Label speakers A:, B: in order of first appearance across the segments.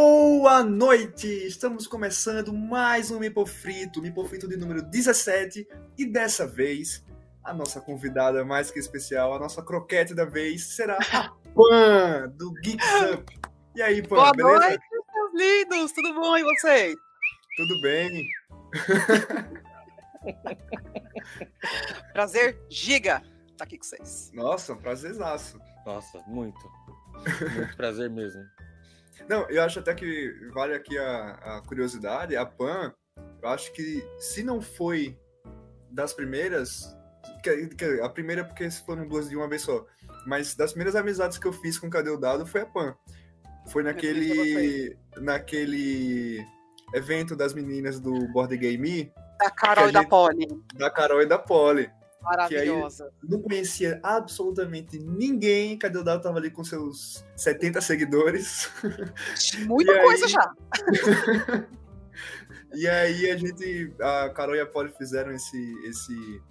A: Boa noite! Estamos começando mais um Mipo Frito, Mipo Frito de número 17, e dessa vez a nossa convidada mais que especial, a nossa croquete da vez, será a Pan, do Geek Up. E aí, Pan,
B: Boa
A: beleza?
B: noite, meus lindos! Tudo bom e vocês?
A: Tudo bem?
B: Prazer giga tá aqui com vocês.
A: Nossa, um prazerzaço.
C: Nossa, muito. Muito prazer mesmo.
A: Não, eu acho até que vale aqui a, a curiosidade, a Pan, eu acho que se não foi das primeiras, que- que- a primeira é porque se foram duas de uma vez só, mas das primeiras amizades que eu fiz com Cadê o Dado foi a Pan. Foi naquele naquele evento das meninas do Board Game
B: Da Carol
A: Que a
B: e da
A: gente-
B: Polly.
A: da Carol e da Polly.
B: Maravilhosa.
A: Não conhecia absolutamente ninguém, Cadê o Dado tava ali com seus 70 seguidores.
B: Muita
A: E
B: coisa
A: aí-
B: já.
A: E aí a gente, a Carol e a Polly fizeram esse, esse,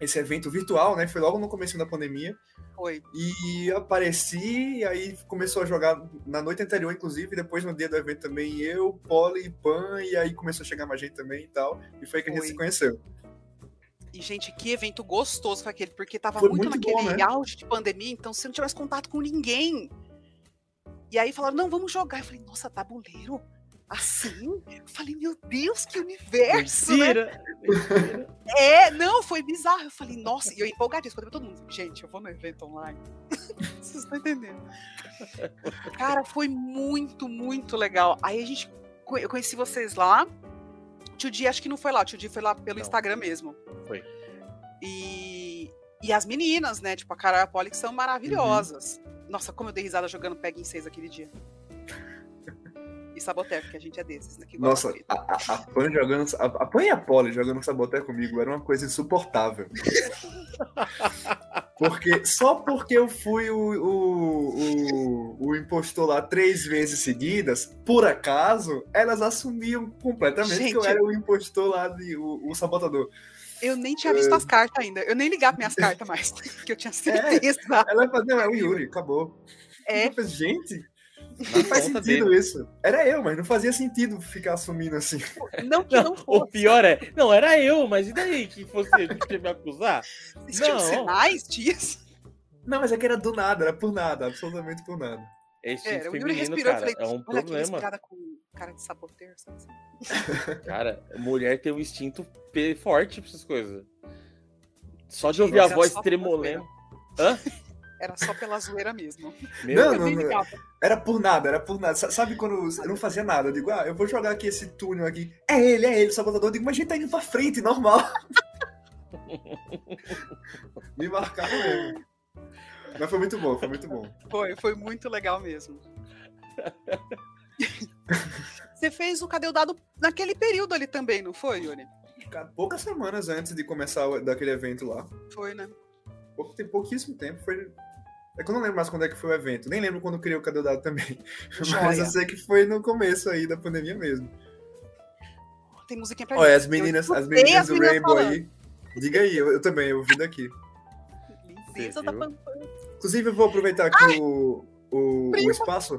A: esse evento virtual, né? Foi logo no começo da pandemia.
B: Foi.
A: E eu apareci, e aí começou a jogar na noite anterior, inclusive, e depois no dia do evento também, eu, Polly, Pan, e aí começou a chegar mais gente também e tal. E foi aí que a gente
B: Foi.
A: se conheceu.
B: E, gente, que evento gostoso foi aquele, porque tava
A: Foi
B: muito,
A: muito bom,
B: naquele
A: né?
B: auge de pandemia, então você não tinha mais contato com ninguém. E aí falaram, não, vamos jogar. Eu falei, nossa, tabuleiro? Assim? Eu falei, meu Deus, que
A: É
B: universo, né?
C: mentira.
B: É, não, foi bizarro. Eu falei, nossa, e eu empolgadíssima, quando eu vi todo mundo, gente, eu vou no evento online. Vocês estão entendendo. Cara, foi muito, muito legal. Aí a gente, co- eu conheci vocês lá. O Tio Di, acho que não foi lá, o Tio Di foi lá pelo
C: Não.
B: Instagram mesmo.
C: Foi.
B: E, e as meninas, né, tipo a Carol e a Polly, que são maravilhosas.
C: Uhum.
B: Nossa, como eu dei risada jogando Peg em 6 aquele dia. E Saboteco, que a gente é desses, né? que gosta
A: Nossa,
B: de-
A: a, a, a Pan jogando. A, a Pan e a Polly jogando saboté comigo era uma coisa insuportável. Porque, só porque eu fui o, o, o, o impostor lá três vezes seguidas, por acaso, elas assumiam completamente que eu
B: Gente.
A: era o impostor lá, de, o, o sabotador.
B: Eu nem tinha
C: É.
B: visto as cartas ainda. Eu nem ligava minhas cartas mais, que eu tinha certeza.
A: Ela falou, não, é o Yuri, acabou.
B: É.
A: Eu falei, gente, não
C: Na
A: faz
C: conta
A: sentido
C: dele.
A: isso. Era eu, mas não fazia sentido ficar assumindo assim.
B: Não que não
C: Não, o
B: fosse.
C: pior é. Não, era eu, mas e daí que você quer me acusar?
B: Existiam
C: não.
B: sinais disso.
A: Não, mas é que era do nada, era por nada, absolutamente por nada.
C: Esse
B: Era, o Yuri
C: É feminino,
B: respirou e
C: cara,
B: falei,
C: é um
B: olha aqui,
C: problema.
B: inspirada com cara de saboteiro. sabe assim?
C: Cara, mulher tem um instinto pe- forte pra essas coisas. Só de ouvir a
B: Nossa,
C: voz
B: só
C: tremolenta. Hã?
B: Era só pela zoeira mesmo.
C: Meu,
A: Não,
B: Eu
A: não,
B: nem
A: não.
B: ligava.
A: Era por nada, era por nada. Sa- Sabe quando eu não fazia nada? Eu digo, ah, eu vou jogar aqui esse túnel aqui. É ele, é ele, o sabotador. Eu digo, mas a gente tá indo pra frente, normal. Me marcaram mesmo. Mas foi muito bom, foi muito bom.
B: Foi, foi muito legal mesmo. Você fez o Cadê o Dado naquele período ali também, não foi, Yuri?
A: Cara, Poucas semanas antes de começar o- daquele evento lá.
B: Foi, né?
A: Pouco, tem pouquíssimo tempo. Foi. É que eu não lembro mais quando é que foi o evento. Nem lembro quando criou o Cadê o Dado também. Mas
B: Joia.
A: eu sei que foi no começo aí da pandemia mesmo.
B: Tem musiquinha pra
A: Olha, as
B: Eu
A: meninas, as
B: escutei
A: meninas
B: as
A: do
B: meninas
A: Rainbow aí. Diga aí, eu, eu também, eu ouvi daqui.
B: Lindeza
C: Você
B: da
C: viu?
B: Pampana.
A: Inclusive, eu vou aproveitar aqui o, o, o
B: Prima.
A: espaço,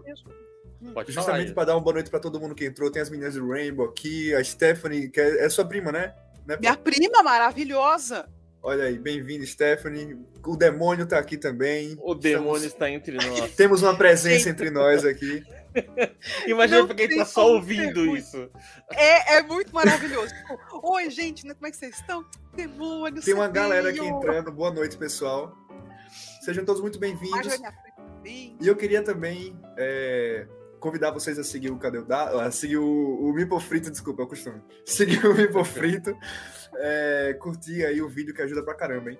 C: Pode falar.
A: justamente
C: Ian.
A: para dar uma boa noite para todo mundo que entrou. Tem as meninas do Rainbow aqui, a Stephanie, que é, é sua prima, né? Né,
B: Minha prima maravilhosa.
A: Olha aí, bem-vinda, Stephanie. O demônio tá aqui também.
C: O
A: Estamos-
C: demônio está entre nós.
A: Temos uma presença entre nós aqui.
C: Imagina
B: Não
C: pra quem
B: tem
C: tá só
B: como ser
C: ouvindo
B: ruim.
C: isso.
B: É, é muito maravilhoso. Tipo, Oi, gente, né, como é que vocês estão? Demônios.
A: Tem uma
B: você
A: galera aqui então,
B: veio.
A: entrando. Boa noite, pessoal. Sejam todos muito bem-vindos.
B: Marjorie na frente.
A: E eu queria também é, convidar vocês a seguir o Cadê o Dado? A seguir o, o Mipo Frito, desculpa, é o costume. Seguir o Mipo Frito. é, curtir aí o vídeo que ajuda pra caramba, hein?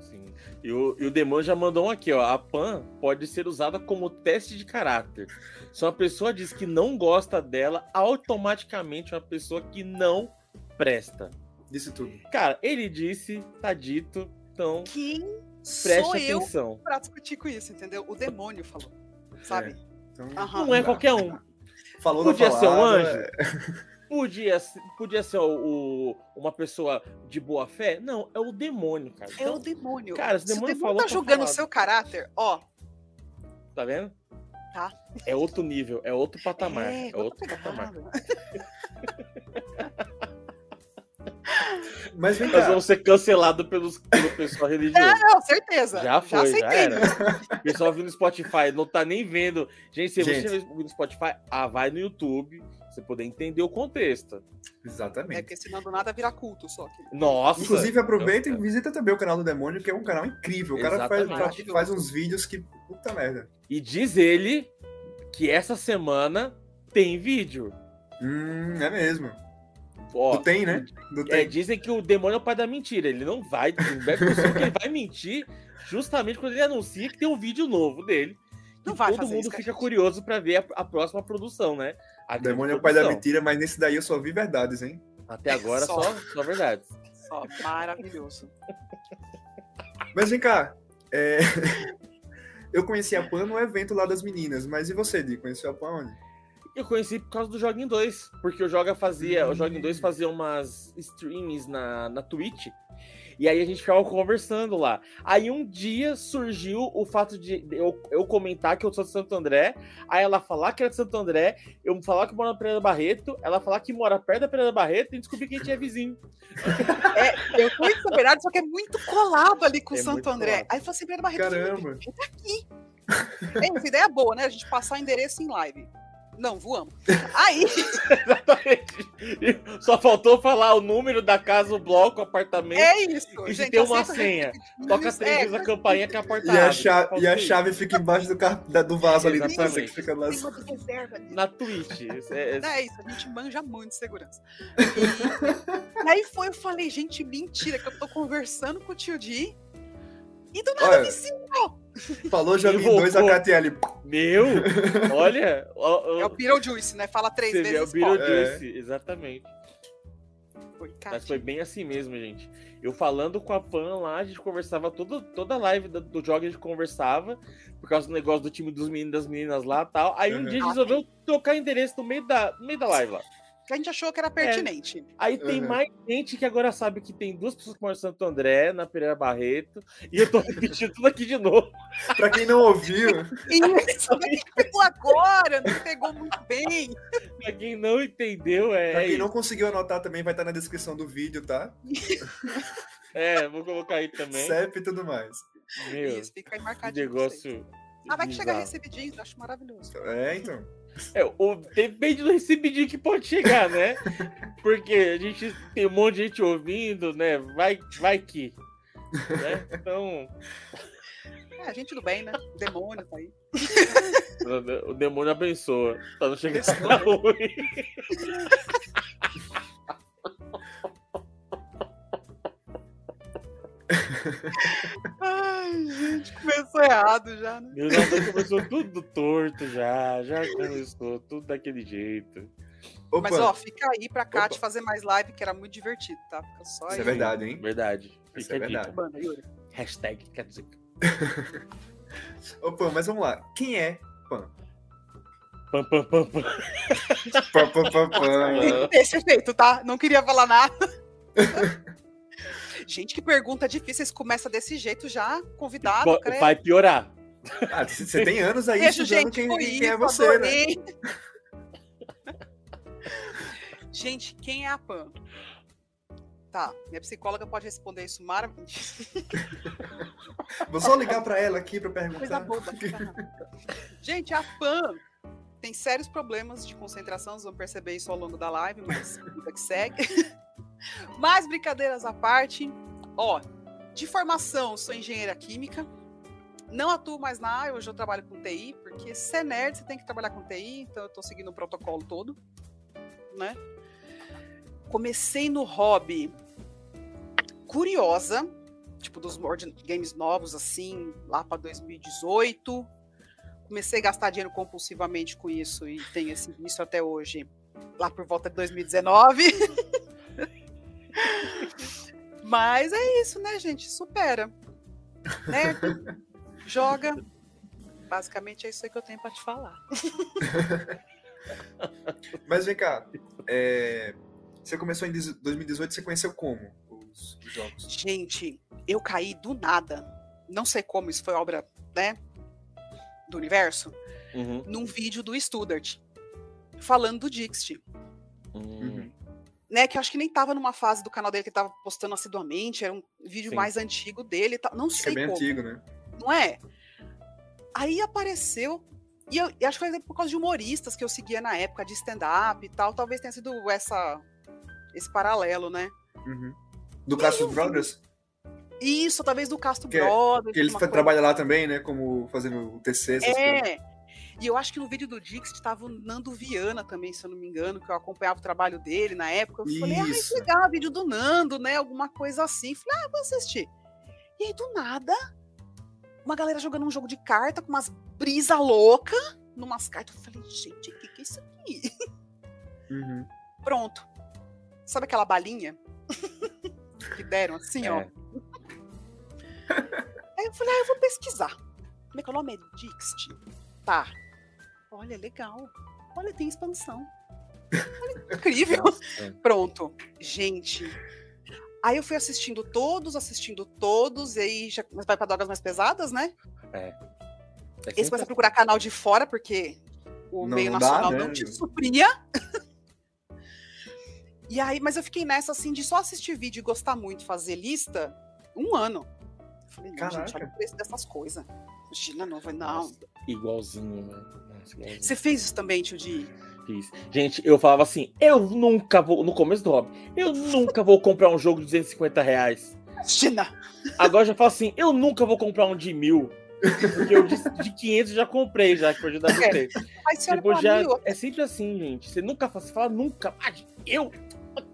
C: Sim. E o, e o Demônio já mandou um aqui, ó. A PAN pode ser usada como teste de caráter. Se uma pessoa diz que não gosta dela, automaticamente é uma pessoa que não presta.
A: Disse tudo.
C: Cara, ele disse, tá dito, então
B: Quem
C: preste
B: sou eu
C: atenção.
B: pra discutir com isso, entendeu? O demônio falou. Sabe?
A: Então,
B: Aham.
C: Não é
A: dá.
C: qualquer um.
A: Falou da
C: Podia ser um
A: palavra, é,
C: anjo? Podia, ser- podia ser o, o- uma pessoa de boa fé? Não, é o demônio, cara.
B: É o
C: Então,
B: demônio.
C: cara, se o
B: Se o
C: demônio
B: demônio
C: falou,
B: tá
C: tá
B: julgando o
C: falado.
B: seu caráter, ó,
C: Então, tá vendo?
B: tá?
C: É outro nível, é outro patamar. É,
B: outra
C: outro
B: pegada.
C: patamar.
A: Mas vem
C: Nós
A: cá,
C: vamos ser um cancelados pelos, pelo pessoal religioso.
B: Não, certeza.
C: Já foi, já,
B: aceitei.
C: era. O pessoal viu no Spotify, não tá nem vendo. Gente, se
A: Gente.
C: você viu no Spotify, ah, vai no YouTube, pra você poder entender o contexto.
B: É
A: exatamente.
B: porque senão do nada vira culto só. que-
C: Nossa! é.
A: Inclusive, aproveita e
C: Eu-
A: visita também o canal do Demônio, que é um canal incrível. O cara faz,
C: Exatamente.
A: fa- faz uns vídeos que. Puta merda.
C: E diz ele que essa semana tem vídeo.
A: Hum, é mesmo.
C: Ó,
A: Do tem, né? Do
C: É,
A: tem.
C: dizem que o demônio é o pai da mentira. Ele não vai, não é possível que ele vai mentir justamente quando ele anuncia que tem um vídeo novo dele.
B: Não
C: E
B: vai
C: todo
B: fazer
C: mundo
B: isso com a
C: fica
B: gente.
C: curioso pra ver a, a próxima produção, né? A
A: O
C: grande
A: Demônio é o pai da
C: produção.
A: mentira, mas nesse daí eu só vi verdades, hein?
C: Até agora só,
B: Só.
C: só verdades.
B: Só, maravilhoso.
A: Mas vem cá. é, eu conheci a Pan no evento lá das meninas, mas e você, Di? Conheceu a Pan onde?
C: Eu conheci por causa do Joguinho 2, porque o Joga fazia,
A: Hum.
C: o Joguinho 2 fazia umas streams na, na Twitch, e aí a gente ficava conversando lá. Aí um dia surgiu o fato de eu, eu comentar que eu sou de Santo André, aí ela falar que era de Santo André, eu falar que mora na Pereira Barreto, ela falar que mora perto da Pereira Barreto, e descobri que a gente é vizinho.
B: Eu fui em São Bernardo, só que é muito colado ali com
C: É muito
B: Santo André.
C: colado.
B: Aí eu falei assim, Bernardo Barreto,
A: Caramba.
B: gente, tá aqui. É, essa ideia é boa, né? A gente passar endereço em live. Não, voamos. Aí,
C: Exatamente. E Só faltou falar o número da casa, o bloco, o apartamento.
B: é isso.
C: E se
B: gente,
C: tem
B: eu
C: uma
B: sempre
C: senha,
B: repetindo
C: Toca
B: isso.
C: três
B: É,
C: vezes a campainha que a porta
A: E a,
C: abre.
A: cha- e a
C: Faltou isso.
A: chave fica embaixo do, car- da- do vaso ali,
C: Exatamente.
A: você que fica lá.
B: É, tem uma de reserva ali.
C: Na Twitch. Isso é-
B: É isso, a gente manja muito de segurança. E... aí foi, eu falei, gente, mentira, que eu tô conversando com o tio Di. E do nada
A: Olha.
B: me sim,
A: Falou joguinho
C: Invocou.
A: 2 a KTL.
C: Meu! Olha! ó, ó,
B: é o Beetlejuice, né? Fala três
C: você vê é o
B: vezes. pode.
C: Beetlejuice, exatamente.
B: Foi, cara,
C: Mas foi bem assim mesmo, gente. Eu falando com a Pan lá, a gente conversava toda, toda a live do, do jogo, a gente conversava, por causa do negócio do time dos meninos das meninas lá e tal. Aí um
A: Uhum.
C: dia a gente resolveu trocar endereço no meio da, no meio da live lá.
B: a gente achou que
C: É.
B: era pertinente.
C: Aí tem
A: Uhum.
C: mais gente que agora sabe que tem duas pessoas que moram em Santo André, na Pereira Barreto, e eu tô repetindo tudo aqui de novo.
A: Pra quem não ouviu,
B: Isso, como é que pegou agora? Não pegou muito bem.
C: Pra quem não entendeu,
A: pra
C: é.
A: quem
C: isso.
A: não conseguiu anotar também, vai estar na descrição do vídeo, tá?
C: É, vou colocar aí
B: Né?
C: também.
A: CEP e tudo mais.
C: Meu,
B: Isso, fica aí
C: que
B: marcadinho. pra vocês.
C: Um negócio.
B: Ah, vai que chega
C: bizarro.
B: recebidinho, eu acho maravilhoso.
A: É, então.
C: É, o, depende do recebidinho que pode chegar, né? Porque a gente tem um monte de gente ouvindo, né? Vai, vai que. né? Então,
B: É, gente do bem, né? O demônio tá aí.
C: o demônio abençoa. Pra não chegar pra ruim.
B: Ai, gente, começou errado já, né?
C: Meu Deus, começou tudo torto já. Já começou tudo daquele jeito.
A: Opa,
B: Mas ó, fica aí pra Kat
A: Opa.
B: fazer mais live, que era muito divertido, tá? Fica só
A: isso é
B: aí.
A: verdade, hein?
C: Verdade. Fica
A: Isso é
C: a dica.
A: verdade.
B: Banda, Yuri.
C: Hashtag, quer dizer.
A: Opa, mas vamos lá. Quem é?
C: Pam, pam, pam, pam.
A: Pá, pá, pá, pá.
B: Tem que ter esse efeito, tá? Não queria falar nada. Gente, que pergunta difícil. Vocês começam desse jeito já, convidado,
C: Bo-
B: credo.
C: Vai piorar.
A: Ah, você tem anos aí
B: Beijo,
A: estudando
B: gente.
A: quem,
B: foi
A: quem é
B: isso,
A: você, né?
B: adorei. gente, quem é a Pan? Tá, minha psicóloga pode responder isso maravilhoso.
A: Vou só ligar pra ela aqui pra perguntar.
B: Coisa boba. gente, a Pan tem sérios problemas de concentração, vocês vão perceber isso ao longo da live, mas vida que segue. mas brincadeiras à parte, ó, de formação sou engenheira química. Não atuo mais na área, hoje eu trabalho com TI, porque ser nerd você tem que trabalhar com TI, então eu tô seguindo o protocolo todo, né? Comecei no hobby curiosa, tipo dos board games novos assim, lá para 2018, comecei a gastar dinheiro compulsivamente com isso e tenho esse vício até hoje, lá por volta de 2019. Mas é isso, né, gente? Supera. Né? Joga. Basicamente é isso aí que eu tenho pra te falar.
A: Mas vem cá. é, Você começou em 2018, você conheceu como os os jogos?
B: Gente, eu caí do nada. Não sei como isso foi obra, né? Do universo.
C: Uhum.
B: num vídeo do Studart falando do Dixit,
C: Uhum.
B: né? Que eu acho que nem tava numa fase do canal dele que ele tava postando assiduamente, era um vídeo
C: Sim.
B: mais antigo dele e tal. Não
A: Acho que é
B: sei
A: bem
B: como,
A: antigo, né?
B: não é? Aí apareceu. E eu e acho que foi por causa de humoristas que eu seguia na época, de stand-up e tal. Talvez tenha sido essa, esse paralelo, né?
A: Uhum. Do
B: um
A: Castro Brothers,
B: Isso, talvez do Castro
A: Que-
B: Brothers.
A: que ele
B: uma
A: fa-
B: coisa-
A: trabalha lá também, né? Como fazendo o TC, essas coisas.
B: É. E eu acho que no vídeo do Dix estava o Nando Viana também, se eu não me engano, que eu acompanhava o trabalho dele na época. Eu falei, ah,
A: Isso.
B: que legal, vídeo do Nando, né? Alguma coisa assim. Falei, ah, vou assistir. E aí, do nada, uma galera jogando um jogo de carta com umas brisa louca, numas cartas. Eu falei, gente, o que, que é isso aqui?
A: Uhum.
B: Pronto. Sabe aquela balinha que deram assim, ó?
C: É.
B: Aí eu falei, ah, eu vou pesquisar. Como é que é o nome? É Dixit. Tá. Olha, legal. Olha, tem expansão. Olha, incrível.
C: é.
B: Pronto. Gente. Aí eu fui assistindo todos, assistindo todos, e aí já vai pra drogas mais pesadas, né?
C: É
B: Esse começa a procurar canal de fora, porque o
A: Não-
B: meio
A: não dá,
B: nacional
A: né?
B: não te supria. e aí, mas eu fiquei nessa assim de só assistir vídeo e gostar muito, fazer lista, um ano. Eu falei, não, gente,
A: Caraca.
B: olha o preço dessas coisas. Imagina, não vai, não.
C: Nossa, igualzinho, né? Nossa, igualzinho.
B: Você fez isso também, tio Di?
C: Fiz. Gente, eu falava assim, eu nunca vou, no começo do hobby, eu nunca vou comprar um jogo de 250 reais.
B: Imagina!
C: Agora eu já falo assim, eu nunca vou comprar um de mil. Porque eu de, de 500 eu já comprei, já, que
B: É,
C: foi ajudar você.
B: Aí você olha
C: Tipo,
B: pra
C: já,
B: mim, eu-
C: é sempre assim, gente. Você nunca fala, você fala nunca, ah, eu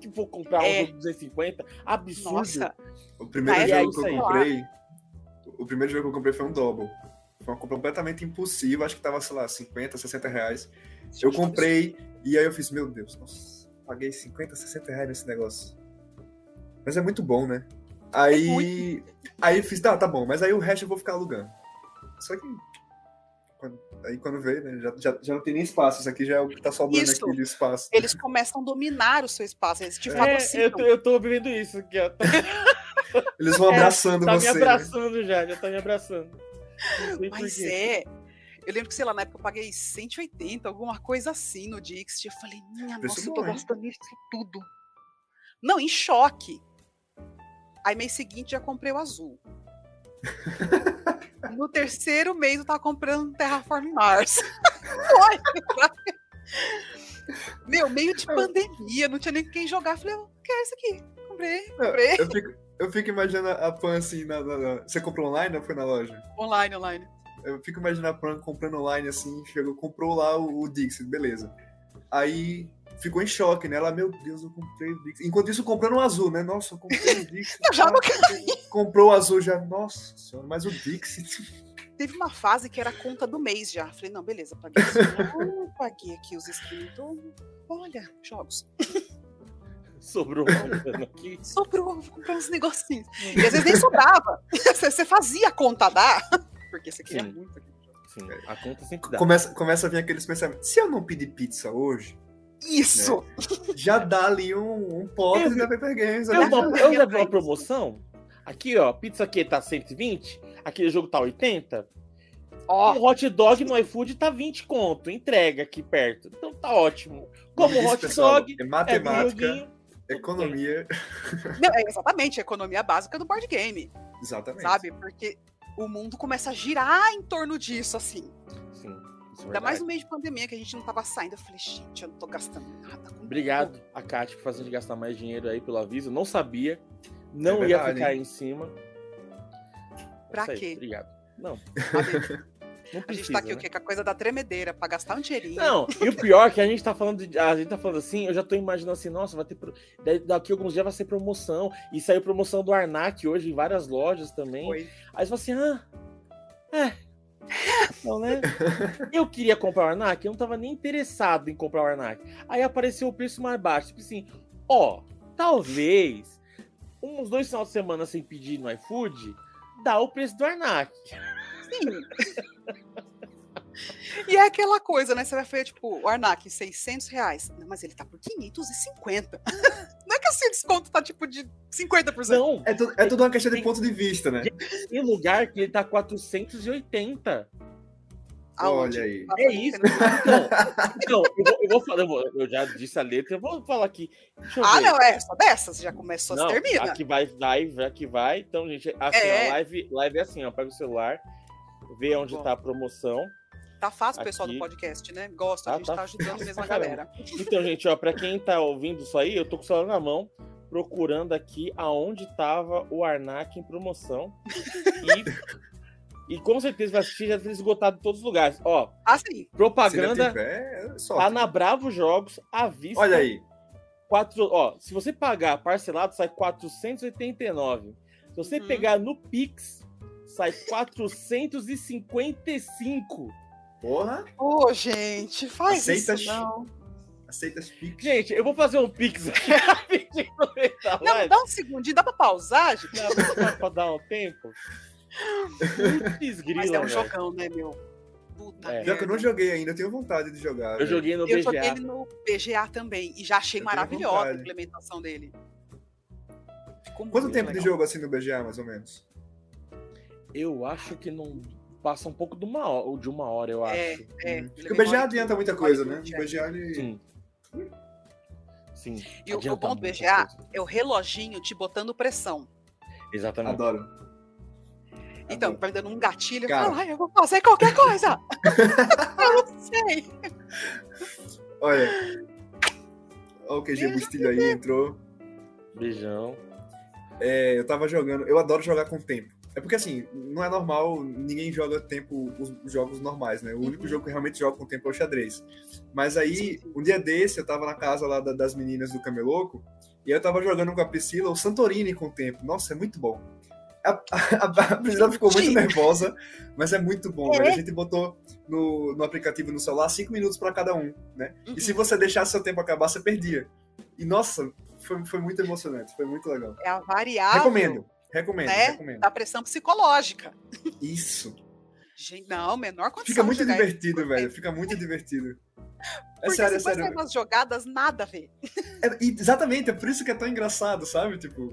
C: que vou comprar um
B: É.
C: jogo de 250, absurdo.
B: nossa,
A: O primeiro
B: Ah, é
A: jogo
C: isso
A: que eu
C: aí.
A: comprei. O primeiro jogo que eu comprei foi um double. Foi uma compra completamente impulsiva, acho que tava, sei lá, 50, 60 reais. Eu
B: gente,
A: comprei e aí eu fiz, meu Deus, nossa, paguei 50, 60 reais nesse negócio. Mas é muito bom, né? Aí. Aí eu fiz, tá, tá bom, mas aí o resto eu vou ficar alugando. Só que. quando- aí quando vê, né? Já, já, já não tem nem espaço. Isso aqui já é o que tá sobrando
B: Isso.
A: aqui de espaço.
B: Eles começam a dominar o seu espaço. Eles te falam assim.
C: É, eu,
B: não.
C: tô, eu tô vivendo isso aqui, ó. Tá,
A: Eles vão
C: É,
A: abraçando
C: tá me
A: você. né?
C: abraçando já, já tá me abraçando. Não sei por
B: Mas
C: quê.
B: é. Eu lembro que, sei lá, na época eu paguei 180, alguma coisa assim no Dixit. Eu falei, minha
A: Preço
B: nossa, eu
A: bom,
B: tô
A: hein?
B: gostando disso tudo. Não, em choque. Aí mês seguinte já comprei o azul. no terceiro mês eu tava comprando Terraform Mars. Foi! Meu, meio
A: É.
B: de pandemia, não tinha nem quem jogar. Eu Falei, eu quero isso aqui.
A: É.
B: Comprei, comprei.
A: Eu fico, eu fico imaginando a Pan assim. Na, na- na- Você comprou online ou foi na loja?
B: Online, online.
A: Eu fico imaginando a Pran comprando online assim, chegou, comprou lá o, o Dixit, beleza. Aí ficou em choque, né? Ela, meu Deus, eu comprei o Dixit. Enquanto isso, comprando o azul, né? Nossa, eu comprei o Dixit.
B: Eu já não
A: Comprou o azul já, nossa senhora, mas o Dixit.
B: Teve uma fase que era a conta do mês já. Falei, não, beleza, paguei isso. Ah, paguei aqui os skins do. Olha, jogos. é.
C: Sobrou uma grana aqui.
B: Sobrou, vou comprar uns negocinhos. E às vezes nem sobrava. Você você fazia a conta dar, porque você queria
C: Sim.
B: muito aquele jogo.
C: Sim, a conta sempre dá.
A: Começa, começa a vir aqueles pensamentos. Se eu não pedir pizza hoje,
B: Isso!
C: É.
A: já dá ali um, um
C: Eu
A: pote
C: vi-
A: da Paper Games. né?
C: Eu,
A: ali.
B: não-
C: uma, eu já vi uma promoção. Aqui, ó, pizza aqui tá 120, aquele jogo tá 80.
B: Ó,
C: Um hot dog no iFood tá 20 conto, entrega aqui perto. Então tá ótimo. Como
A: Isso,
C: hot
A: pessoal,
C: dog,
A: é
C: é do
A: matemática,
C: joguinho.
A: economia.
B: não, é exatamente a economia básica do board game,
C: É
A: Exatamente.
B: sabe? Porque o mundo começa a girar em torno disso, assim.
C: Sim, isso é
B: Ainda mais
C: verdade.
B: no meio de pandemia que a gente não tava saindo. Eu falei, gente, eu não tô gastando nada. com
C: Obrigado a Kátia por fazer a gente gastar mais dinheiro aí pelo aviso. Não sabia. Não
A: É
C: ia
A: verdade,
C: ficar
A: hein?
C: aí em cima. É
B: Pra
C: isso aí,
B: quê?
C: Obrigado. Não,
B: nada.
C: não
B: A gente
C: precisa,
B: tá aqui
C: né?
B: o quê? Com a coisa da tremedeira, pra gastar um dinheirinho.
C: Não, e o pior é que a gente tá falando, de- a gente tá falando assim, eu já tô imaginando assim, nossa, vai ter pro- da- daqui a alguns dias vai ser promoção e saiu promoção do Arnac hoje em várias lojas também.
B: Foi.
C: Aí você fala assim, ah, é. Não, né? Eu queria comprar o Arnac, eu não tava nem interessado em comprar o Arnac. Aí apareceu o preço mais baixo, tipo assim, ó, talvez uns dois finais de semana sem pedir no iFood, dá o preço do Arnac.
B: Sim. e é aquela coisa, né? Você vai fazer, tipo, o Arnac, 600 reais. Não, mas ele tá por 550. Não é que assim, o desconto tá, tipo, de 50%.
C: Não,
A: É, tu- é tudo uma questão de ponto de vista, né?
C: Tem lugar que ele tá 480.
B: Aonde?
A: Olha aí.
C: É isso. Então, então, eu, vou, eu vou falar, eu, vou- eu já disse a letra, eu vou falar aqui. Deixa eu
B: Ah,
C: ver.
B: não, é só dessa. Você já começou, você
C: Não,
B: termina.
C: Aqui vai live, aqui vai. Então, gente, assim,
B: É.
C: ó, live, live é assim, ó. Pega o celular, vê onde
B: Bom.
C: tá a promoção.
B: Tá fácil o pessoal do
C: aqui.
B: podcast, né? Gosta, a
C: Ah,
B: gente
C: tá
B: tá ajudando mesmo a
C: Caramba.
B: galera.
C: Então, gente, ó, pra quem tá ouvindo isso aí, eu tô com o celular na mão, procurando aqui aonde tava o Arnak em promoção. E, e com certeza vai assistir, já tem esgotado em todos os lugares. Ó,
B: Assim,
A: Se ainda
C: propaganda
A: tiver, só.
C: tá na Bravo Jogos, à vista.
A: é Olha aí.
C: Quatro, ó, se você pagar parcelado, sai 489. Se você
B: Uhum.
C: pegar no Pix, sai 455.
A: Porra,
B: ô, gente, faz
A: Aceita
B: isso,
A: a
B: não.
A: aceita as piques.
C: Gente, eu vou fazer um Pix aqui rapidinho no meio da
B: Não,
C: live.
B: dá um segundinho, dá pra pausar, gente?
C: Dá pra- pra dar um tempo? Putz,
B: Mas
C: grila,
B: é um
C: velho.
B: jogão, né, meu? Puta
C: É.
A: Já que eu não
B: merda.
A: joguei ainda, eu tenho vontade de jogar.
C: Eu
A: velho.
C: joguei no
B: Eu joguei
C: BGA.
B: ele no PGA também e já achei
A: Eu tenho
B: maravilhosa a
A: vontade.
B: implementação dele. Ficou
A: Quanto
B: muito
A: tempo de
B: legal.
A: jogo assim no BGA, mais ou menos?
C: Eu acho que não passa um pouco de uma hora, de uma hora eu acho.
B: É, é.
A: Hum.
B: eu
A: Porque o
B: levei uma
A: BGA
B: hora-
A: adianta muita
B: uma
A: coisa,
B: hora e
A: né?
B: vinte,
A: O BGA, ele...
C: Sim. Sim.
B: E o- o
C: adianta
B: bom do
C: muita
B: BGA
C: coisa.
B: é o reloginho te botando pressão.
A: Tá
C: Exatamente.
A: adoro.
B: Então,
A: Adoro.
B: vai dando um gatilho.
A: Cara.
B: Fala, eu vou fazer qualquer coisa. eu não sei.
A: Olha. Olha o QG Bustilho aí, entrou.
C: Beijão.
A: É, eu tava jogando. Eu adoro jogar com tempo. É porque assim, não é normal, ninguém joga tempo os os jogos normais, né? O único jogo que eu realmente jogo com tempo é o xadrez. Mas aí, um dia desse, eu tava na casa lá da- das meninas do Cameloco, e eu tava jogando com a Priscila o Santorini com tempo. Nossa, é muito bom. A, a- a Priscila ficou muito
B: Sim.
A: nervosa, mas é muito bom,
B: É.
A: velho. A gente botou no, no aplicativo no celular cinco minutos pra cada um, né?
B: Uhum.
A: E se você deixasse seu tempo acabar, você perdia. E nossa, foi, foi muito emocionante, foi muito legal.
B: É a variável
A: Recomendo, recomendo,
B: né?
A: recomendo.
B: da pressão psicológica.
A: Isso.
B: Gente, não, menor condição.
A: Fica muito
B: jogar isso.
A: divertido, velho. Fica muito divertido. É
B: Porque
A: sério, é
B: se você
A: sério.
B: faz umas jogadas, nada a ver.
A: É- e- exatamente, é por isso que é tão engraçado, sabe? Tipo,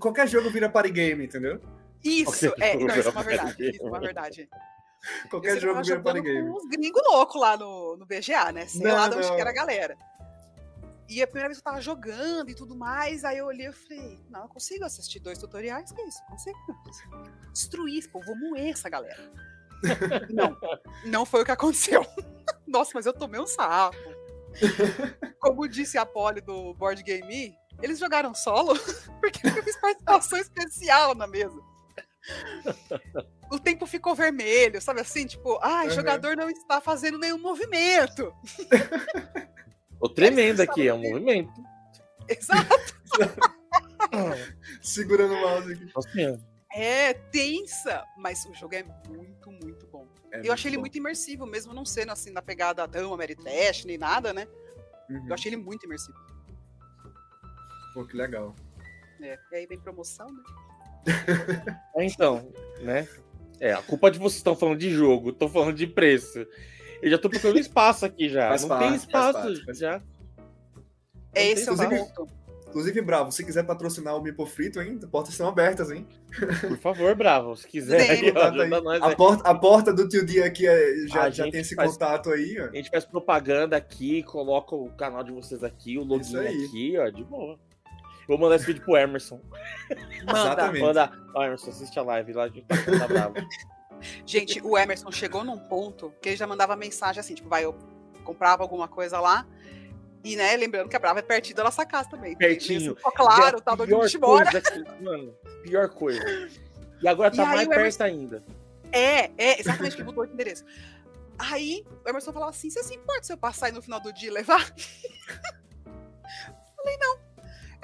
A: qualquer jogo vira party game, entendeu?
B: Isso,
C: Ok,
B: é, não, isso é uma
C: desculpa,
B: verdade.
C: Gabriel.
B: Isso é uma verdade. Eu
A: Qualquer
B: sei que eu
A: jogo
B: tava
A: vira party
B: jogando
A: game.
B: com uns gringos loucos lá no, no BGA, né? Sei
A: Não,
B: lá de onde
A: não.
B: que era a galera. E a primeira vez que eu tava jogando e tudo mais, aí eu olhei e falei, não, eu consigo assistir dois tutoriais, que isso, consigo. Destruir esse povo, vou moer essa galera. não, não foi o que aconteceu. Nossa, mas eu tomei um sarrafo. Como disse a Polly do Board Game Me, eles jogaram solo porque eu fiz participação especial na mesa. O tempo ficou vermelho, sabe assim? Tipo, ai,
A: Aham.
B: jogador não está fazendo nenhum movimento.
C: O tremendo
B: Parece que
C: aqui é um
B: sabe.
C: movimento.
B: Exato.
A: Segurando o mouse aqui.
C: Nossa senhora.
B: É tensa, mas o jogo é muito, muito bom.
A: É
B: eu achei ele
A: bom.
B: muito imersivo, mesmo não sendo assim na pegada tão Ameritrash nem nada, né?
A: Uhum.
B: Eu achei ele muito imersivo.
A: Pô, que legal.
B: É. E aí vem promoção, né?
C: É, Então, né? É, a culpa é de vocês estão falando de jogo, estão falando de preço. Eu já tô procurando espaço aqui já.
A: Faz
C: não
A: parte,
C: tem
A: faz
C: espaço
A: parte, faz
C: já.
B: É
C: tem
B: esse é o
A: inclusive-
B: ponto.
A: Inclusive, Bravo, se quiser patrocinar o Mipo Frito, hein? Portas estão abertas, hein?
C: Por favor, Bravo, se quiser,
B: Tem.
C: aí, ó,
A: Contato aí.
C: ajuda nós.
A: A
B: é.
C: aí.
A: porta, a porta do tio Dia aqui é- já,
C: A
A: já
C: gente
A: tem esse
C: faz-
A: contato aí, ó.
C: A gente faz propaganda aqui, coloca o canal de vocês aqui, o
A: Isso
C: login
A: aí.
C: aqui, ó, de boa. Vou mandar esse vídeo pro Emerson.
A: Exatamente.
C: Manda, ó, Emerson, assiste a live lá, a gente tá, tá bravo.
B: Gente, o Emerson chegou num ponto que ele já mandava mensagem assim, tipo, vai, eu comprava alguma coisa lá. E, né, lembrando que a Brava é pertinho da nossa casa também.
C: Pertinho. é
B: Mesmo, ó, claro, tá onde a
C: pior
B: gente mora.
C: coisa que- mano, pior coisa. E agora
B: E
C: tá
B: aí
C: mais
B: o
C: perto
B: Emerson-
C: ainda.
B: É, é, exatamente, que mudou de endereço. Aí, o Emerson falava assim, você se importa se eu passar aí no final do dia e levar? Falei, não.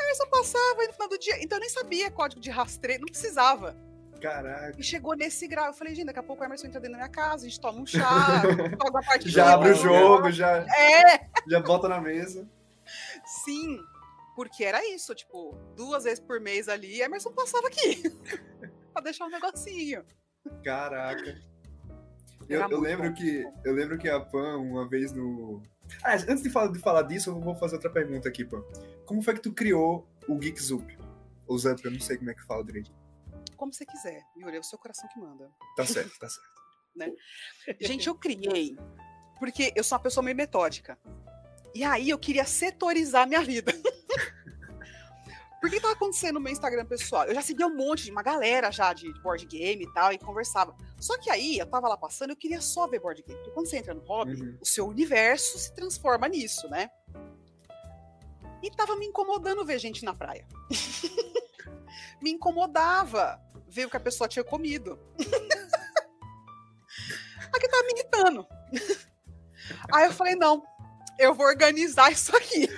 B: Aí eu só passava aí no final do dia. Então eu nem sabia código de rastreio, não precisava.
A: Caraca.
B: E chegou nesse grau. Eu falei, gente, daqui a pouco o Emerson entra dentro da minha casa, a gente toma um chá, joga a parte
A: Já abre o
C: Joga.
A: jogo, já,
B: É,
A: já bota na mesa.
B: Sim, porque era isso, tipo, duas vezes por mês ali, Emerson passava aqui. pra deixar um negocinho.
A: Caraca. Eu, eu
B: Era muito
A: lembro
B: bom.
A: que eu lembro que a Pan uma vez no Ah, antes de falar, de falar disso, eu vou fazer outra pergunta aqui, Pan. Como foi que tu criou o Geek Zup? Ou Zup, eu não sei como é que fala direito.
B: Como você quiser, Yuri, é o seu coração que manda.
A: Tá certo, tá certo.
B: né? Gente, eu criei, porque eu sou uma pessoa meio metódica. E aí eu queria setorizar a minha vida. Por que estava acontecendo no meu Instagram pessoal? Eu já seguia um monte de uma galera já de board game e tal, e conversava. Só que aí eu tava lá passando, eu queria só ver board game. Porque quando você entra no hobby,
A: Uhum.
B: o seu universo se transforma nisso, né? E tava me incomodando ver gente na praia. me incomodava ver o que a pessoa tinha comido. Aqui tava me irritando. Aí eu falei, não, eu vou organizar isso aqui.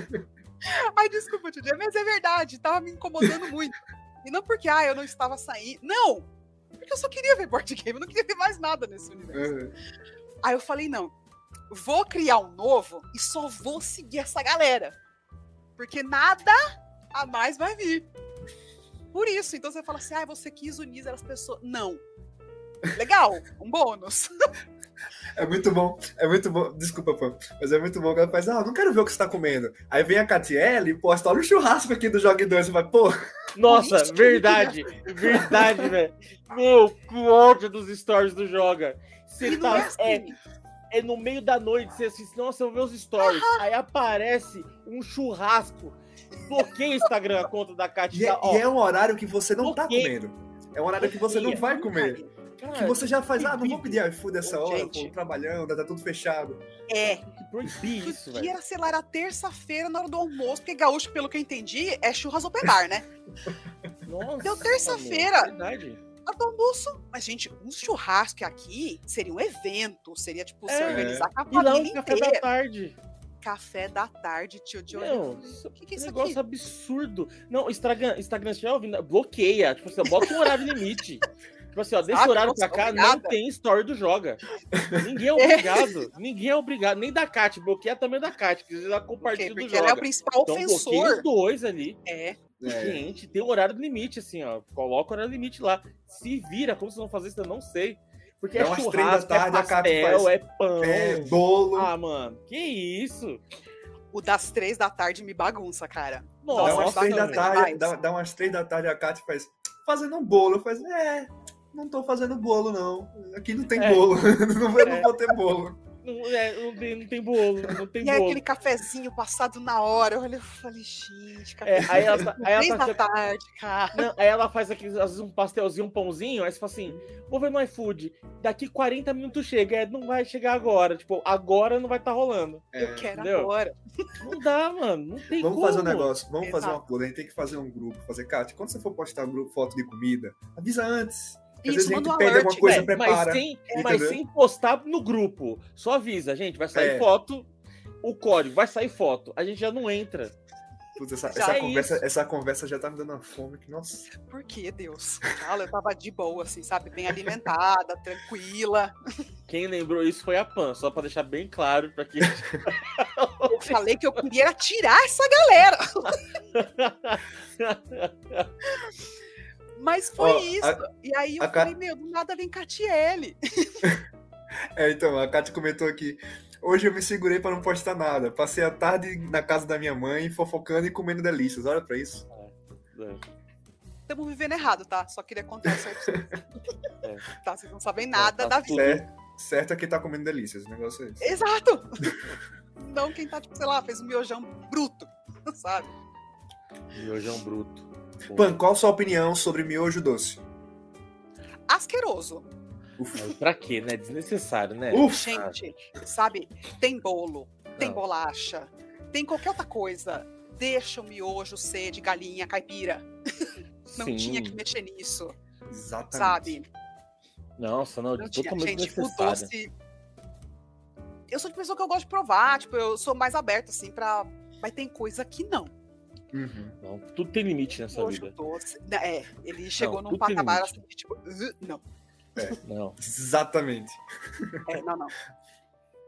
B: Ai, desculpa, Tudia, mas é verdade, tava me incomodando muito. E não porque, ah, eu não estava saindo. Não! Porque eu só queria ver board game, eu não queria ver mais nada nesse universo.
A: Uhum.
B: Aí eu falei, não, vou criar um novo e só vou seguir essa galera. Porque nada a mais vai vir. Por isso, então você fala assim, ah, você quis unir as pessoas. Não. Legal, um bônus.
A: É muito bom, é muito bom. Desculpa, Pam, mas é muito bom que ela faz, ah, não quero ver o que você tá comendo. Aí vem a Catiele e posta, olha o churrasco aqui do Jogue 2. Você vai, pô,
C: Nossa,
B: Isso.
C: verdade, verdade, velho. Meu, que ódio dos stories do Joga.
B: E
C: Você
B: não é
C: tá, é,
B: assim.
C: é no meio da noite, você assiste, nossa, eu vou ver os stories. Aí aparece um churrasco. Bloqueia o Instagram, a conta da Kátia.
A: e é,
C: tá, ó,
A: e é um horário que você não tá
C: Ok.
A: comendo. É um horário que você não
C: Ok.
A: vai comer. Que
C: cara,
A: você já faz, ah, não vou pedir iFood essa hora,
B: Gente.
A: pô, trabalhando, tá tudo fechado.
B: É,
C: tem que proibir isso,
B: que
C: velho.
B: era, sei lá, era terça-feira na hora do almoço, porque gaúcho, pelo que eu entendi, é churras open bar, né?
C: Nossa,
B: Deu
C: meu,
B: terça-feira.
C: Verdade.
B: Na hora do almoço, mas gente, um churrasco aqui seria um evento, seria tipo, se
C: É.
B: organizar com a
C: E lá um
B: família
C: café
B: inteira.
C: da tarde.
B: Café da tarde, tio
C: Não,
B: Johnny.
C: isso
B: O que, que é isso
C: negócio
B: aqui?
C: absurdo. Não, Instagram, Instagram você já ouvindo, bloqueia. Tipo assim, ó, bota um horário limite. Tipo assim, ó, desse
B: Sabe,
C: horário
B: Ah, nossa,
C: pra cá, não
B: obrigada.
C: tem story do Joga. Ninguém é obrigado. ninguém é obrigado. Nem da Kat, bloqueia também da Kat, que já compartilha
B: Porque,
C: do
B: porque ela é o
C: Joga.
B: principal
C: Então bloqueia os
B: ofensor.
C: dois ali.
B: É.
A: É,
C: Gente, tem um horário limite, assim, ó. Coloca o horário limite lá. Se vira, como vocês vão fazer isso, eu não sei. Porque
A: É
C: é,
A: umas três da
C: churrasco, é
A: tarde, a Kat faz
C: pastel, é pão.
A: é bolo.
C: Ah, mano, que isso?
B: O das três da tarde me bagunça, cara.
A: Dá
B: Nossa,
A: é umas
B: tá
A: três da
B: também,
A: tarde,
B: faz.
A: dá, dá umas três da tarde a Kátia faz fazendo um bolo. Eu faz, é, não tô fazendo bolo, não. Aqui não tem
C: É.
A: bolo. não, vou- não
C: É.
A: vou ter bolo.
C: Não, é, não tem, não tem bolo, não tem
B: E aí
C: bolo.
B: aquele cafezinho passado na hora. Eu olhei e falei, gente,
C: É,
B: café.
C: aí ela, tá- aí ela
B: Três
C: tá-
B: da tarde, cara.
C: não, aí ela faz aqui, às vezes, um pastelzinho, um pãozinho, aí você fala assim, vou ver no iFood, daqui 40 minutos chega, é, não vai chegar agora, tipo, agora não vai estar rolando.
A: É.
B: Eu quero
C: entendeu?
B: agora.
C: Não dá, mano, não tem
A: Vamos
C: como.
A: fazer um negócio, vamos fazer uma
B: Exato.
A: coisa. A gente tem que fazer um grupo. Fazer, Kátia, quando você for postar um grupo, foto de comida, avisa antes. Às vezes
B: Isso,
A: a
B: manda
A: gente
B: um
A: perde
B: alert.
A: alguma coisa,
C: É,
A: prepara.
C: mas, sem, mas
A: entendeu?
C: sem postar no grupo, só avisa, gente, vai sair
A: É.
C: foto, o código, vai sair foto, a gente já não entra.
A: Putz, essa,
B: Já
A: essa
C: é
A: conversa,
C: isso.
A: essa conversa já tá me dando uma fome. Que, nossa.
B: Por que, Deus? Fala, eu tava de boa, assim, sabe? Bem alimentada, tranquila.
C: Quem lembrou isso foi a Pan, só pra deixar bem claro pra quem... né,
B: Eu falei que eu queria era tirar essa galera. Mas foi
A: Ó,
B: isso.
A: a-
B: e aí eu
A: a Ca-
B: falei, meu, do nada vem Catiele.
A: É, então, a Kátia comentou aqui. Hoje eu me segurei pra não postar nada. Passei a tarde na casa da minha mãe, fofocando e comendo delícias. Olha pra isso.
B: Estamos vivendo errado, tá? Só queria contar isso aí pra vocês. Tá, vocês não sabem nada
C: É. tá
B: da vida.
C: tudo.
A: Certo, certo é quem tá comendo delícias, o negócio é esse.
B: Exato! Não quem tá, tipo, sei lá, fez um miojão bruto, sabe?
C: Miojão bruto.
A: Pan, qual sua opinião sobre miojo doce?
B: Asqueroso.
A: Ufa.
C: Mas Pra quê, né? Desnecessário, né?
A: Ufa.
B: Gente, sabe? Tem bolo, tem
C: Não.
B: bolacha, tem qualquer outra coisa. Deixa o miojo ser de galinha caipira. Não
C: Sim.
B: tinha que mexer nisso,
A: Exatamente.
B: sabe?
C: Nossa, não,
B: Não tinha.
C: totalmente
B: Gente, o
C: desnecessário.
B: doce. Eu sou de pessoa que eu gosto de provar, tipo, eu sou mais aberta, assim, pra. Mas tem coisa que não.
A: Uhum.
C: Não, tudo tem limite nessa
B: Hoje o
C: vida.
B: doce. né, É, ele chegou num
C: tudo tem
B: patamar
C: limite.
B: assim, que, tipo, "Uh, não,
C: Não.
A: Exatamente.
B: é, não, não.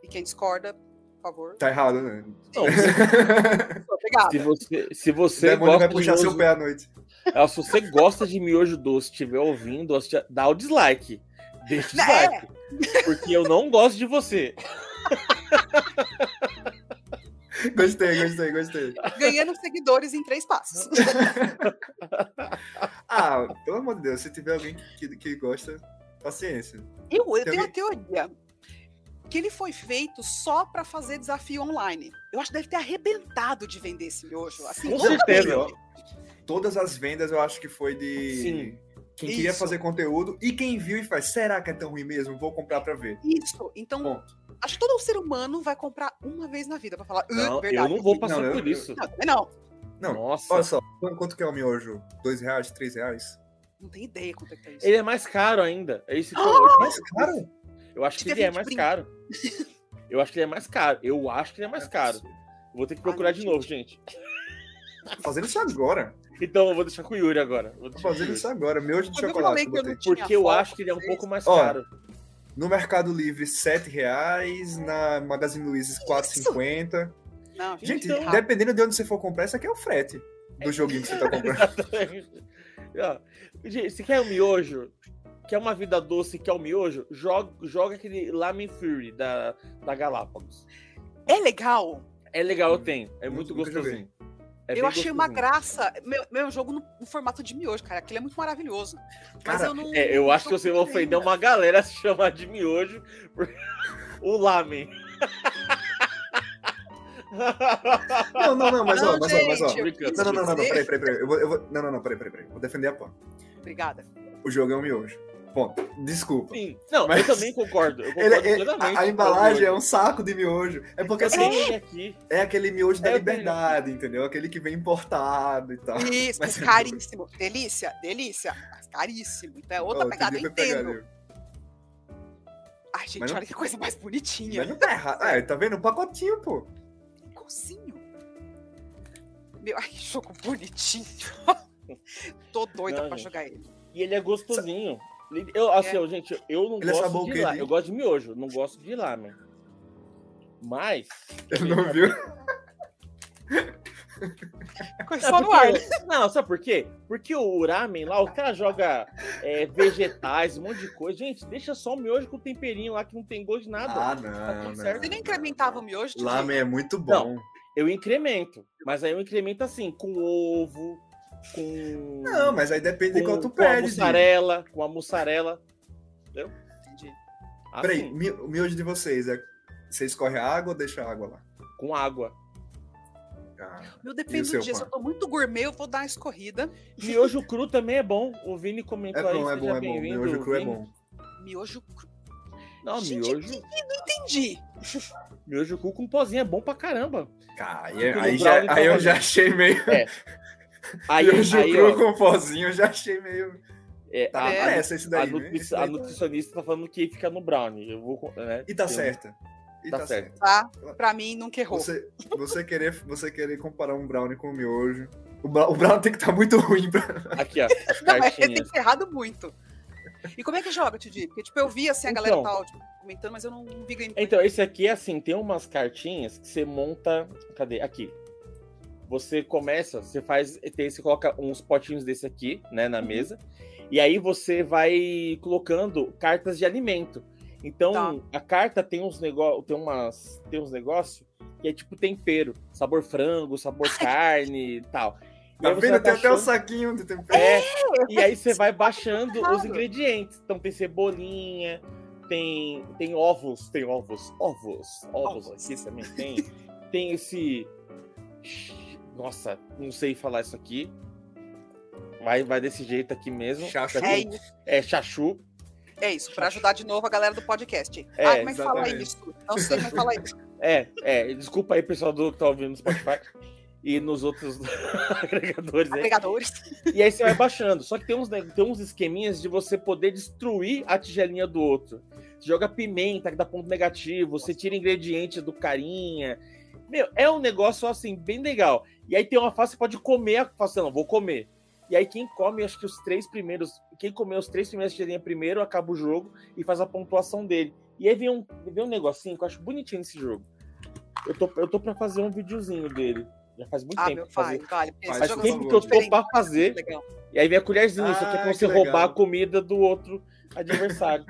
B: E quem discorda, por favor,
A: Tá errado, né?
C: Não,
B: sou pegada.
C: se você, se
A: O
C: você
A: demônio
C: gosta
A: vai
C: de
A: puxar seu
C: miojo,
A: pé à noite.
C: Ah, se você gosta de miojo doce, estiver ouvindo, assistir- dá o dislike. Deixa o
B: Né?
C: dislike. Porque eu não gosto de você.
A: Gostei, gostei, gostei.
B: Ganhando seguidores em três passos.
A: Ah, pelo amor de Deus, se tiver alguém que, que, que gosta, paciência.
B: Eu,
A: Tem
B: eu tenho a
A: alguém-
B: teoria que ele foi feito só pra fazer desafio online. Eu acho que deve ter arrebentado de vender esse miojo. Assim,
C: Com
B: loucamente.
C: certeza.
A: assim, Todas as vendas eu acho que foi de
C: Sim.
A: quem queria
B: Isso.
A: fazer conteúdo e quem viu e faz, será que é tão ruim mesmo? Vou comprar pra ver.
B: Isso. Então,
A: Ponto.
B: acho que todo ser humano vai comprar uma vez na vida pra falar, "Ah,
C: Não,
B: verdade.
C: eu não vou passar
A: Não, eu-
C: por isso.
B: Não, também não,
A: Não,
C: Nossa.
A: Olha só, quanto que é o miojo? Dois reais, três reais?
B: não tenho ideia quanto é que é isso.
C: Ele é mais caro ainda. É isso que eu-
A: Mas, cara,
C: Eu acho que
B: Tira
C: ele é
B: 20
C: mais
B: print.
C: caro. Eu acho que ele é mais caro. Eu acho que ele é mais caro. Vou ter que procurar
B: Ah,
C: de
B: gente.
C: novo, gente.
A: tô fazendo isso agora.
C: Então eu vou deixar com o Yuri agora. Vou
A: Tô
C: deixar com o
A: Tá fazendo
C: Yuri.
A: isso agora. Miojo de
B: Quando eu
A: chocolate.
B: falei
A: eu
B: que eu não
A: botei.
B: tinha
C: Porque eu
B: foto,
C: acho que ele é um pouco mais
A: Ó,
C: caro.
A: No Mercado Livre, sete reais. Na Magazine Luiza, 4,50.
B: Não,
A: Gente,
B: tá errado.
A: dependendo de onde você for comprar, isso aqui é o frete do joguinho que você tá comprando.
C: Ó, gente, se quer um miojo, quer uma vida doce, quer um miojo, joga, joga aquele Lamin Fury da, da Galápagos.
B: é legal.
C: É legal, eu tenho. É
A: Hum, Nunca-
C: muito
A: nunca joguei.
C: gostosinho. É bem
B: eu achei uma
C: gostosinho.
B: graça. Meu, meu jogo no, no formato de miojo, cara. Aquilo é muito maravilhoso. Mas
A: Cara,
B: eu não.
C: É, eu
B: não
C: acho que
B: tô
C: você vai
B: conseguindo ainda.
C: ofender uma galera se chamar de miojo por... o lamen.
A: Não, não, não, mas ó,
B: Não,
A: mas ó, mas ó.
B: gente, eu
C: brincando.
B: quis
A: Não, não, não, não,
B: dizer-
A: peraí, peraí, peraí. Eu vou, eu vou- não, não, não, peraí, peraí, peraí. Vou defender a PAN.
B: Obrigada.
A: O jogo é um miojo. Ponto. Desculpa.
C: Sim. Não,
A: Mas-
C: eu também concordo. Eu
A: Ele-
C: concordo
A: ele-
C: plenamente.
A: a, a
C: com o
A: embalagem é
C: miojo.
A: um saco de miojo. É porque
C: Eu tenho
A: assim,
C: ele aqui.
A: é aquele miojo da
C: É, eu
A: liberdade, entendeu? Aquele que vem importado e tal.
B: Isso,
A: mas é
B: caríssimo. Delícia, delícia. Mas caríssimo. Então é outra
A: Ó,
B: pegada, eu
A: entendeu?
B: entendo.
A: Foi pegadinha.
B: Ai, gente,
A: Mas não-
B: olha que coisa mais bonitinha.
A: Mas não tá errado. Ah, tá vendo? Um pacotinho, pô.
B: Igualzinho. Meu, ai, que jogo bonitinho. Tô doida
C: Não,
B: pra
C: gente.
B: jogar ele.
C: E ele é gostosinho. Ele- Eu, assim,
B: É.
C: ó, gente, eu não
A: Ele é
C: gosto
A: sabor o
C: de
A: quê,
C: lá.
A: Nick?
C: Eu gosto de miojo, não gosto de lá, mano. Mas.
A: Ele
C: tá
A: não viu.
B: Coisa
C: Não,
B: só no ar. né?
C: porque- não, sabe por quê? Porque o ramen lá, o cara joga é, vegetais, um monte de coisa. Gente, deixa só o miojo com temperinho lá que não tem gosto de nada.
A: Ah, não.
C: tudo
A: não.
C: Tá certo.
B: Você nem incrementava o miojo? de
A: Lamen
B: jeito?
A: é muito bom.
C: Eu incremento. Mas aí eu incremento assim, com ovo, com.
A: Não, mas aí depende de
C: com,
A: quanto tu
C: com a
A: pede. Di.
C: mussarela, com a mussarela. Entendeu?
B: Entendi.
C: Assim,
A: Peraí, mi- o miojo de vocês é. Você escorre a água ou deixa a água lá?
C: com água. Então,
A: Ah,
B: Meu,
A: E o
B: depende do
A: seu,
B: dia. Se eu
A: Juan?
B: tô muito gourmet, eu vou dar uma escorrida.
C: Miojo cru também é bom. O Vini
A: É
C: comentou aí.
A: bom, é
C: seja
A: bom, é bom.
C: bem-vindo,
A: Miojo cru é
C: Vini.
A: bom.
B: Miojo cru.
C: Não,
B: Gente,
C: Tá um miojo,
B: Entendi.
C: miojo cru com pozinho é bom pra caramba.
A: Ah, aí,
C: Cru
A: aí
C: no
A: já-
C: brownie
A: aí eu
C: também.
A: já achei meio.
C: Aí,
A: miojo
C: aí,
A: cru
C: ó,
A: com pozinho, eu já achei meio.
C: é,
A: Tá
C: a,
B: é,
A: nessa
C: a-
A: esse
C: a
A: daí. né?
C: nutri-
A: Esse
C: a
A: daí tá-
C: nutricionista tá falando que fica no brownie. Eu vou, né,
A: E tá
C: tem-
A: certa. E
C: Tá
A: tá,
C: certo.
A: certa.
B: Tá? Pra mim, nunca errou.
A: Você, você, querer, você querer comparar um brownie com o miojo. O, bra- o brownie tem que estar muito ruim pra.
C: Aqui, ó, as
B: Não, mas tem
C: cartinhas.
B: que ter errado muito. E como é que joga, Didi? Porque, tipo, eu vi, assim, a galera
C: Então.
B: tal, tipo, comentando, mas eu não vi gameplay.
C: Então, esse aqui é assim, tem umas cartinhas que você monta. Cadê? Aqui. Você começa, você faz. Tem, você coloca uns potinhos desse aqui, né, na mesa. E aí você vai colocando cartas de alimento. Então, a carta tem uns negócios. Tem umas. Tem uns negócios que é tipo tempero. Sabor frango, sabor carne e tal. E
A: Tá
C: aí você
A: vendo?
C: vai
A: Tem até o
C: baixando-
A: saquinho de tempero.
C: é, e aí você vai baixando os
B: Claro.
C: ingredientes. Então tem cebolinha, tem, tem ovos, tem ovos, ovos, ovos
B: Ovos.
C: aqui também tem. Tem esse. Nossa, não sei falar isso aqui. Vai, vai desse jeito aqui mesmo.
A: Chachu.
B: É
C: Aqui-
B: isso,
C: É, chachu.
B: é isso, pra ajudar de novo a galera do podcast.
C: É,
B: ah, como é que fala
A: exatamente.
B: isso? Não sei, mas fala isso.
C: É, é. Desculpa aí, pessoal do que tá ouvindo no Spotify. E nos outros agregadores aí.
B: Agregadores.
C: E aí você vai baixando. Só que tem uns, neg- tem uns esqueminhas de você poder destruir a tigelinha do outro. Você joga pimenta, que dá ponto negativo, você tira ingrediente do carinha. Meu, é um negócio assim, bem legal. E aí tem uma fase que você pode comer, a- fala assim, não, vou comer. E aí quem come, acho que os três primeiros, quem comeu os três primeiros tigelinhas primeiro, acaba o jogo e faz a pontuação dele. E aí vem um, vem um negocinho que eu acho bonitinho nesse jogo. Eu tô, eu tô pra fazer um videozinho dele. Já faz muito
B: Ah,
C: tempo
B: meu
C: que eu fazia.
B: pai, vale. porque
A: Faz
B: esse
C: Faz
B: jogo
A: por
B: é
C: tempo
B: muito
C: que eu tô
B: diferente,
C: pra fazer.
B: legal.
C: E aí vem a colherzinha, só que é
A: Ah,
C: como
A: que
C: você roubar a
A: legal.
C: comida do outro adversário.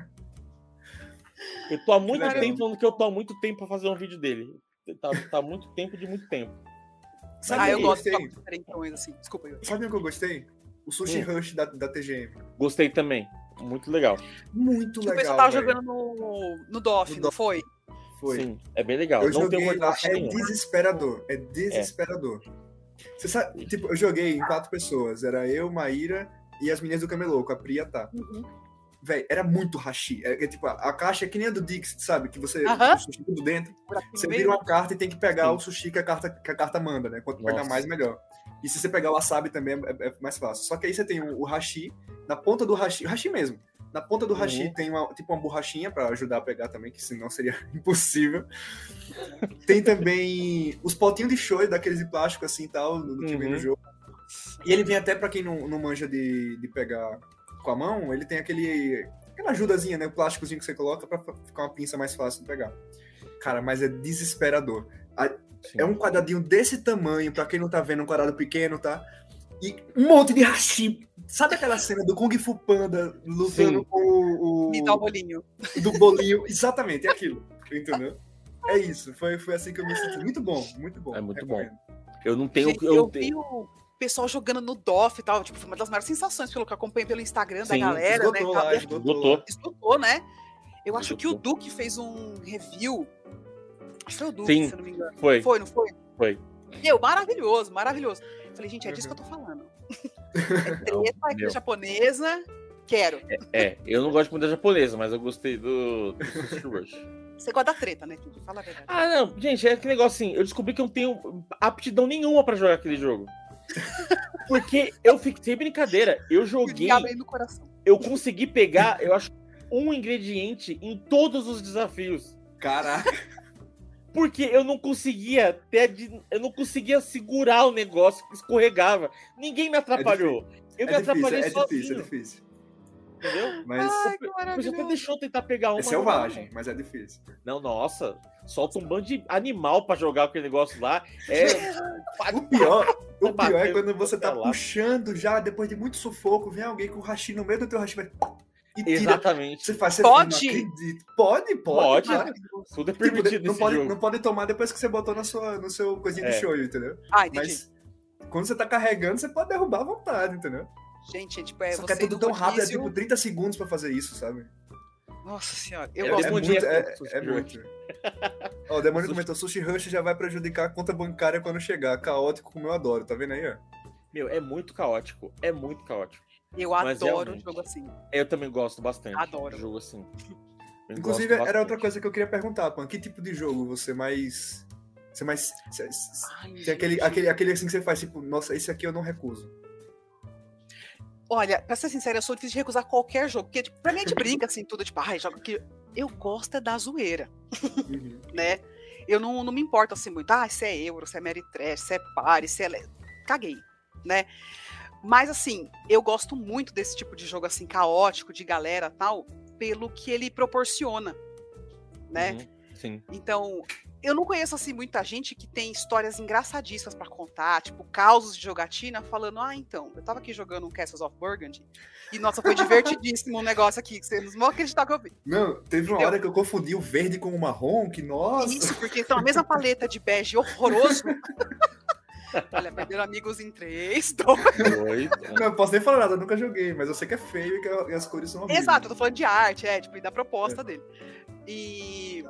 C: eu tô há muito
A: legal.
C: tempo falando que eu tô há muito tempo pra fazer um vídeo dele. Tá, tá há muito tempo de muito tempo.
A: Sabe
B: Ah,
A: o
B: eu
A: que
B: gosto de
A: gostei?
B: jogos diferentões, assim. Desculpa, eu.
A: Sabe o que eu gostei? O sushi
C: Hum.
A: rush da, da TGM.
C: Gostei também. muito legal.
A: Muito
B: Tipo,
A: legal.
B: o pessoal tava
A: velho.
B: jogando no, no DOF,
A: No
B: não
A: DOF.
B: foi?
A: Foi.
C: Sim, é bem legal.
A: Eu
C: não tem
A: joguei lá,
C: coordenação
A: é
C: nenhuma.
A: desesperador. É desesperador. Você sabe, tipo, eu joguei em quatro pessoas. Era eu, Maíra e as meninas do Camelô, com a Priya tá.
C: Uhum.
A: Véi, era muito hashi. É, é tipo, a, a caixa é que nem a do Dix, sabe? Que você
B: Aham.
A: o sushi tudo dentro.
B: Buraquinho
A: Você
B: meio-
A: vira uma carta e tem que pegar
C: Sim.
A: o sushi que a carta, que a carta manda, né? Quanto pegar
C: Nossa.
A: mais, melhor. E se você pegar o wasabi também é, é mais fácil. Só que aí você tem o, o hashi, na ponta do hashi, o hashi mesmo. Na ponta do hashi
C: Uhum.
A: tem uma, tipo uma borrachinha pra ajudar a pegar também, que senão seria impossível. tem também os potinhos de show, daqueles de plástico assim e tal, do que vem no
C: Uhum.
A: jogo. E ele vem até pra quem não, não manja de, de pegar com a mão, ele tem aquele aquela ajudazinha, né? O plásticozinho que você coloca pra pra ficar uma pinça mais fácil de pegar. Cara, mas é desesperador.
C: Sim.
A: É um quadradinho desse tamanho, pra quem não tá vendo, um quadrado pequeno, tá? E um monte de hashi. Sabe aquela cena do Kung Fu Panda lutando
C: Sim.
A: com o, o-
B: Me dá o bolinho.
A: do bolinho? Exatamente, é aquilo. Entendeu? É isso. Foi, foi assim que eu me senti. Muito bom, muito bom.
C: É muito bom.
A: Recomendo.
C: Eu não tenho.
B: Gente,
C: eu
B: eu,
C: tenho-
B: vi o pessoal jogando no DOF e tal. Tipo, foi uma das maiores sensações, pelo que eu acompanhei pelo Instagram da
C: Sim,
B: galera,
A: Esgotou
B: né? e tal.
A: lá,
B: E
A: esgotou.
C: Esgotou.
A: lá.
B: esgotou, né? Eu acho que o
C: Esgotou.
B: Duque fez um review. Acho que foi o Duque,
C: Sim.
B: se eu não me engano.
C: Foi.
B: Foi, não foi?
C: Foi.
B: Meu, maravilhoso, maravilhoso. Falei, gente, é disso
A: Uhum.
B: que eu tô falando. É treta, é
C: meu.
B: coisa japonesa, quero.
C: É, eu não gosto de comida japonesa, mas eu gostei do, do Sushi Rush.
B: Você gosta da treta, né, Tudo? Fala a verdade.
C: Ah, não, gente, é que negócio assim. Eu descobri que eu não tenho aptidão nenhuma pra jogar aquele jogo. Porque eu fiquei sem brincadeira. Eu
B: o
C: joguei,
B: diabo aí no coração.
C: eu consegui pegar, eu acho, um ingrediente em todos os desafios.
A: Caraca.
C: Porque eu não conseguia ter, a di- eu não conseguia segurar o negócio que escorregava. Ninguém me atrapalhou. eu me
A: É difícil,
C: atrapalhei
A: é difícil, é
C: sozinho, Ah,
A: difícil.
C: entendeu?
A: Mas
B: Ai, que
C: Mas até
B: maravilhoso.
C: deixou eu tentar pegar uma.
A: é
C: mas né?
A: selvagem, mas é difícil.
C: Não, nossa, solta um bando de animal pra jogar aquele negócio lá. É.
A: O pior, o
C: Bateu,
A: pior é quando você tá
C: bateu lá.
A: puxando já, depois de muito sufoco, vem alguém com o hashi no meio do teu hashi vai, e tira.
C: Exatamente.
A: Você faz, você fala,
B: Pode?
A: Não acredito. Pode, pode.
C: Pode.
A: cara.
C: Tudo é
A: Tipo,
C: permitido
A: não,
C: nesse
A: pode,
C: jogo.
A: não pode tomar depois que você botou na sua, no seu coisinho
C: É.
A: de show, entendeu?
B: Ah, entendi.
A: Mas quando você tá carregando, você pode derrubar à vontade, entendeu?
B: Gente, é tipo, é
A: Só que
B: você
A: é tudo
B: no
A: tão rápido, é
B: rodízio.
A: tipo 30 segundos pra fazer isso, sabe?
B: Nossa senhora, eu
A: é,
B: gosto.
A: é
C: Respondi
A: muito.
C: aqui,
A: É,
C: Sushi
A: é
C: Rush.
A: muito. Ó, o Demônio
C: Sushi-
A: comentou, Sushi Rush já vai prejudicar a conta bancária quando chegar. Caótico como eu adoro, tá vendo aí, ó?
C: Meu, é muito caótico. É muito caótico.
B: Eu
C: Mas
A: é
B: adoro um
C: realmente.
B: jogo assim.
C: Eu também gosto bastante.
B: Adoro.
C: de Jogo assim. Eu
A: Inclusive,
C: gosto
A: era outra
C: bastante.
A: coisa que eu queria perguntar, Pan. Que tipo de jogo você mais. Você mais. você- você-
B: Ai,
A: Tem aquele,
B: gente.
A: aquele, aquele assim que você faz, tipo, nossa, esse aqui eu não recuso.
B: Olha, pra ser sincera, eu sou difícil de recusar qualquer jogo, porque tipo, pra mim é de brinca, assim, tudo, tipo, ai, joga aqui. Eu gosto é da zoeira, né? Eu não, não me importo, assim, muito, ah, se é euro, se é meritrash, se é pare, se é... le- Caguei, né? Mas, assim, eu gosto muito desse tipo de jogo, assim, caótico, de galera tal, pelo que ele proporciona, né?
C: Uhum, Sim.
B: Então, eu não conheço assim muita gente que tem histórias engraçadíssimas pra contar, tipo causos de jogatina, falando: "Ah, então, eu tava aqui jogando um Castles of Burgundy e nossa, foi divertidíssimo um negócio aqui, que vocês não vão acreditar que eu vi".
A: Não, teve uma
B: Entendeu?
A: hora que eu confundi o verde com o marrom, que nossa.
B: Então- Isso porque estão a mesma paleta de bege horroroso. Olha, perderam amigos em três, dois.
C: Dois,
A: Não, eu posso nem falar nada, eu nunca joguei, mas eu sei que é feio e que a- e as cores são horríveis.
B: Exato, eu tô falando de arte, é, tipo, e da proposta dele. E.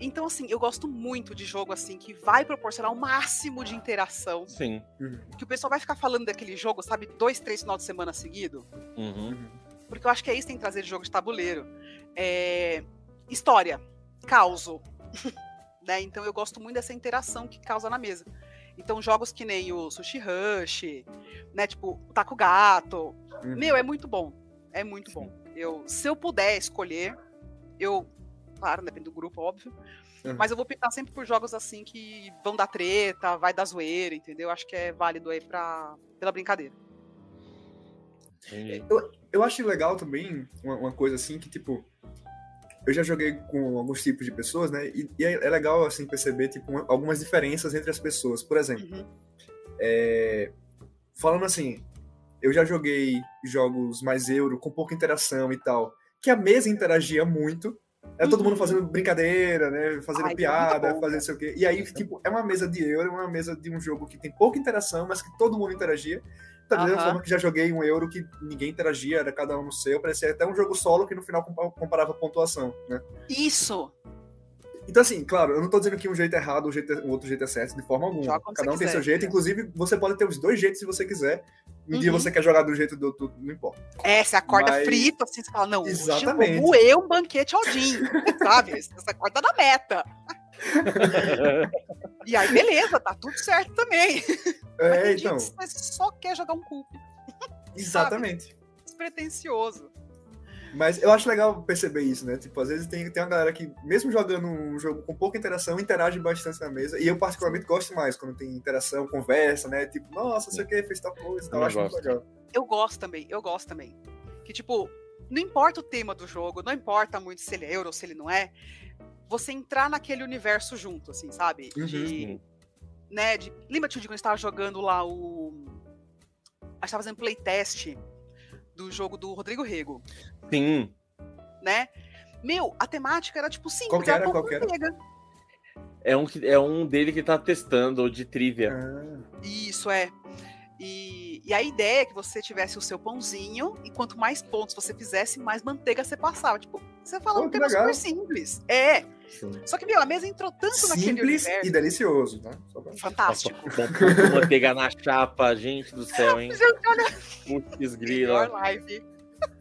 B: Então, assim, eu gosto muito de jogo assim que vai proporcionar o máximo de interação
C: Sim.
A: Uhum.
B: que o pessoal vai ficar falando daquele jogo, sabe, dois, três final de semana seguido,
C: Uhum.
B: porque eu acho que é isso que tem que trazer de jogo de tabuleiro. É, História, causo, né? Então eu gosto muito dessa interação que causa na mesa. Então jogos que nem o Sushi Rush, né, tipo o Taco Gato,
A: Uhum.
B: meu, é muito bom, é muito bom. Eu, se eu puder escolher, eu, claro, depende do grupo, óbvio,
A: Uhum.
B: mas eu vou optar sempre por jogos assim que vão dar treta, vai dar zoeira, entendeu? Acho que é válido aí pra, pela brincadeira.
C: Entendi.
A: Eu acho legal também uma, uma coisa assim que, tipo, eu já joguei com alguns tipos de pessoas, né? E, e é, é legal, assim, perceber, tipo, uma- algumas diferenças entre as pessoas. Por exemplo, é, falando assim, eu já joguei jogos mais euro, com pouca interação e tal, que a mesa interagia muito. É todo
B: Uhum.
A: mundo fazendo brincadeira, né? Fazendo
B: Ai, isso é muito
A: piada,
B: bom.
A: fazendo não sei o quê. E aí, tipo, é uma mesa de euro, é uma mesa de um jogo que tem pouca interação, mas que todo mundo interagia. Da mesma
B: Aham.
A: forma que já joguei um euro que ninguém interagia, era cada um no seu, parecia até um jogo solo que no final compa- comparava a pontuação, né?
B: Isso!
A: Então, assim, claro, eu não tô dizendo que um jeito é errado, um, jeito é- um outro jeito é certo, de forma alguma.
B: Joga como
A: Cada
B: você
A: um tem seu
B: quiser,
A: jeito,
B: né?
A: inclusive você pode ter os dois jeitos se você quiser. Um dia
B: Uhum.
A: você quer jogar do jeito do outro, não importa.
B: É, você acorda
A: Mas-
B: frito, assim, você fala, não, hoje eu
A: Exatamente.
B: vou moer um banquete ao Odin, sabe? Você acorda na meta. E aí, beleza, tá tudo certo também. Mas
A: É,
B: tem dia
A: então,
B: que Você só quer jogar um culto
A: exatamente.
B: despretensioso.
A: Mas eu acho legal perceber isso, né? Tipo, às vezes tem, tem uma galera que, mesmo jogando um jogo com pouca interação, interage bastante na mesa. E eu, particularmente, gosto mais quando tem interação, conversa, né? Tipo, nossa, sei o que, fez tal coisa, tal.
C: Também
A: Eu acho muito
C: gosto.
A: legal.
B: Eu gosto também, eu gosto também. Que, tipo, não importa o tema do jogo, não importa muito se ele é euro ou se ele não é, você entrar naquele universo junto, assim, sabe? De,
C: Uhum.
B: né, de... Lembra, Tio, de quando a gente tava jogando lá o... A gente tava fazendo playtest do jogo do Rodrigo Rego.
C: Sim.
B: né? Meu, a temática era tipo simples,
A: Qualquer
B: era
A: era,
B: pão com
A: qualquer era.
B: manteiga.
C: É um, que- é um dele que tá testando, o de trivia.
A: Ah,
B: Isso é. E, e a ideia é que você tivesse o seu pãozinho, e quanto mais pontos você fizesse, mais manteiga você passava. Tipo, você fala
A: Pô,
B: um
A: que
B: tema
A: legal.
B: super simples. É.
C: Sim.
B: Só que, meu, a mesa entrou tanto naquele
A: Ah, Simples
B: universo.
A: e delicioso, né? Só pra-
C: Nossa,
B: Fantástico.
C: pão com manteiga na chapa, gente do céu, hein?
B: Gente, olha,
C: Putz,
B: melhor
C: grila.
B: live.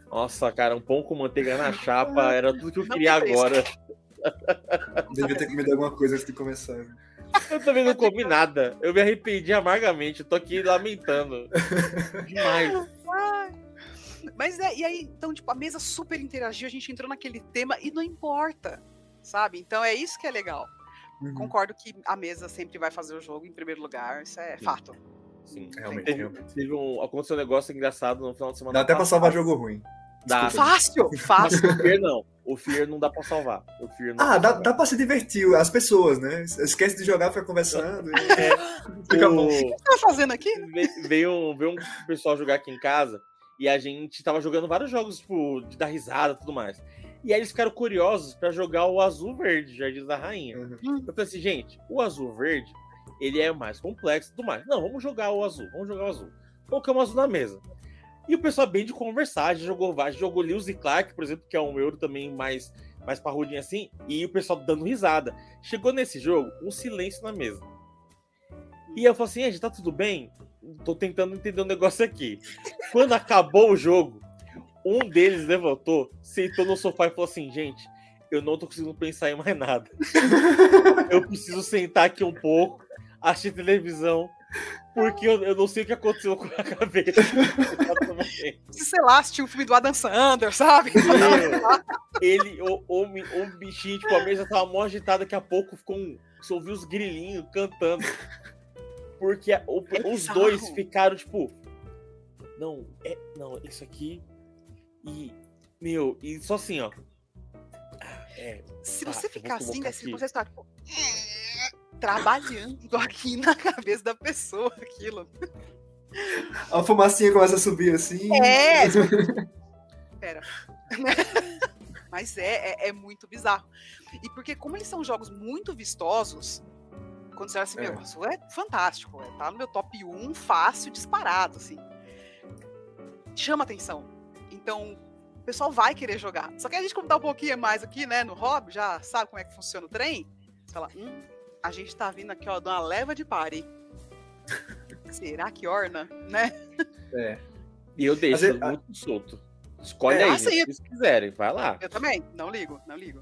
C: Nossa, cara, um pão com manteiga na chapa era tudo que eu
B: Ah, Não
C: queria
B: tem
C: agora.
A: Devia ter comido alguma coisa antes de começar.
C: Eu também não comi nada. Eu me arrependi amargamente. Tô aqui lamentando. Demais.
B: Mas é, e aí, então, tipo, a mesa super interagiu, a gente entrou naquele tema e não importa, sabe? Então é isso que é legal.
C: Hum.
A: Uhum.
B: Concordo que a mesa sempre vai fazer o jogo em primeiro lugar, isso é
C: Sim.
B: fato.
C: Sim.
A: Realmente,
C: Teve-
A: realmente.
C: Teve um, aconteceu um negócio engraçado no final de semana.
A: Dá até pra
C: passado.
A: salvar jogo ruim.
C: Dá.
A: Desculpa.
B: Fácil,
C: Mas
B: fácil.
C: o Fear não. O Fear não dá pra salvar. O Fear não
A: Ah, dá,
C: pra
A: dá pra se divertir, as pessoas, né? Esquece de jogar, fica conversando. e- Fica
C: salvar.
A: bom.
C: O-
B: tá fazendo aqui?
C: ve- veio, um- veio um pessoal jogar aqui em casa e a gente tava jogando vários jogos, tipo, de dar risada e tudo mais. E aí eles ficaram curiosos pra jogar o azul verde, Jardins da Rainha.
A: Uhum.
B: Hum.
C: Eu falei assim, gente, o azul verde, ele é mais complexo e tudo mais. Não, vamos jogar o azul, vamos jogar o azul. Colocamos o azul na mesa. E o pessoal bem de conversar, a gente jogou vários, jogou Lewis e Clark, por exemplo, que é um euro também mais, mais parrudinho assim, e o pessoal dando risada. Chegou nesse jogo, um silêncio na mesa. E eu falei assim, gente, tá tudo bem? Tô tentando entender um negócio aqui. Quando acabou o jogo, um deles levantou, sentou no sofá e falou assim, gente, eu não tô conseguindo pensar em mais nada. Eu preciso sentar aqui um pouco, assistir televisão, porque eu, eu não sei o que aconteceu com a minha cabeça. Exatamente.
B: Se, sei lá, assistiu o filme do Adam Sandler, sabe?
C: Ele, o, o, mi- o bichinho, tipo, a mesa tava mó agitada, daqui a pouco ficou um. Só ouviu os grilinhos cantando. Porque a- o- os
B: bizarro.
C: dois ficaram, tipo. Não, é. Não, isso aqui. E. Meu, e só assim, ó. Ah, É,
B: Se
C: Tá,
B: você
C: eu vou
B: ficar assim,
C: colocar
B: vai ser
C: aqui.
B: você está tipo, trabalhando aqui na cabeça da pessoa aquilo.
A: A fumacinha começa a subir assim.
B: É! Pera. Mas é, é, é muito bizarro. E porque, como eles são jogos muito vistosos, quando você olha assim,
A: É.
B: meu, isso é fantástico, é, tá no meu top 1, fácil, disparado, assim. Chama atenção. Então, o pessoal vai querer jogar. Só que a gente, como tá um pouquinho mais aqui, né, no hobby, já sabe como é que funciona o trem, você fala, hum, a gente tá vindo aqui, ó, de uma leva de pare. Será que orna, né?
A: É.
C: E eu deixo
A: vezes-
C: muito solto. Escolhe
B: É,
C: aí,
B: aceito.
C: se vocês quiserem, vai lá.
B: Eu também, não ligo, não ligo.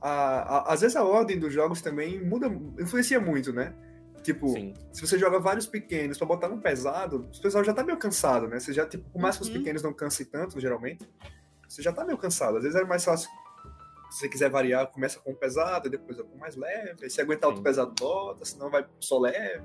A: A- a- às vezes a ordem dos jogos também muda, influencia muito, né? Tipo,
C: Sim.
A: se você joga vários pequenos pra botar um pesado, o pessoal já tá meio cansado, né? Você já, tipo, por mais que os
B: Uhum.
A: pequenos não cansem tanto, geralmente, você já tá meio cansado. Às vezes é mais fácil, se você quiser variar, começa com um pesado, depois com um mais leve, aí se aguentar outro
C: Sim.
A: pesado, bota, senão vai só leve. né?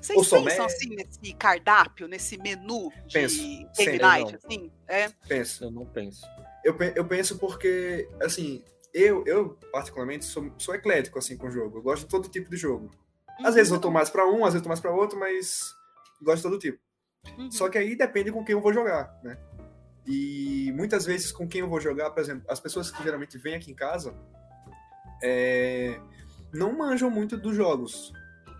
B: Vocês
A: Ou
B: pensam
A: somé-
B: assim nesse cardápio, nesse menu de
A: Penso.
B: game
A: Sempre,
B: night, assim? É.
A: Penso.
C: Eu não penso.
A: eu, pe- eu penso porque, assim, eu, eu particularmente sou, sou eclético assim com o jogo. Eu gosto de todo tipo de jogo.
B: Uhum.
A: Às vezes eu tô mais pra um, às vezes eu tô mais pra outro, mas gosto de todo tipo.
B: Uhum.
A: Só que aí depende com quem eu vou jogar, né? E muitas vezes com quem eu vou jogar, por exemplo, as pessoas que geralmente vêm aqui em casa é, não manjam muito dos jogos.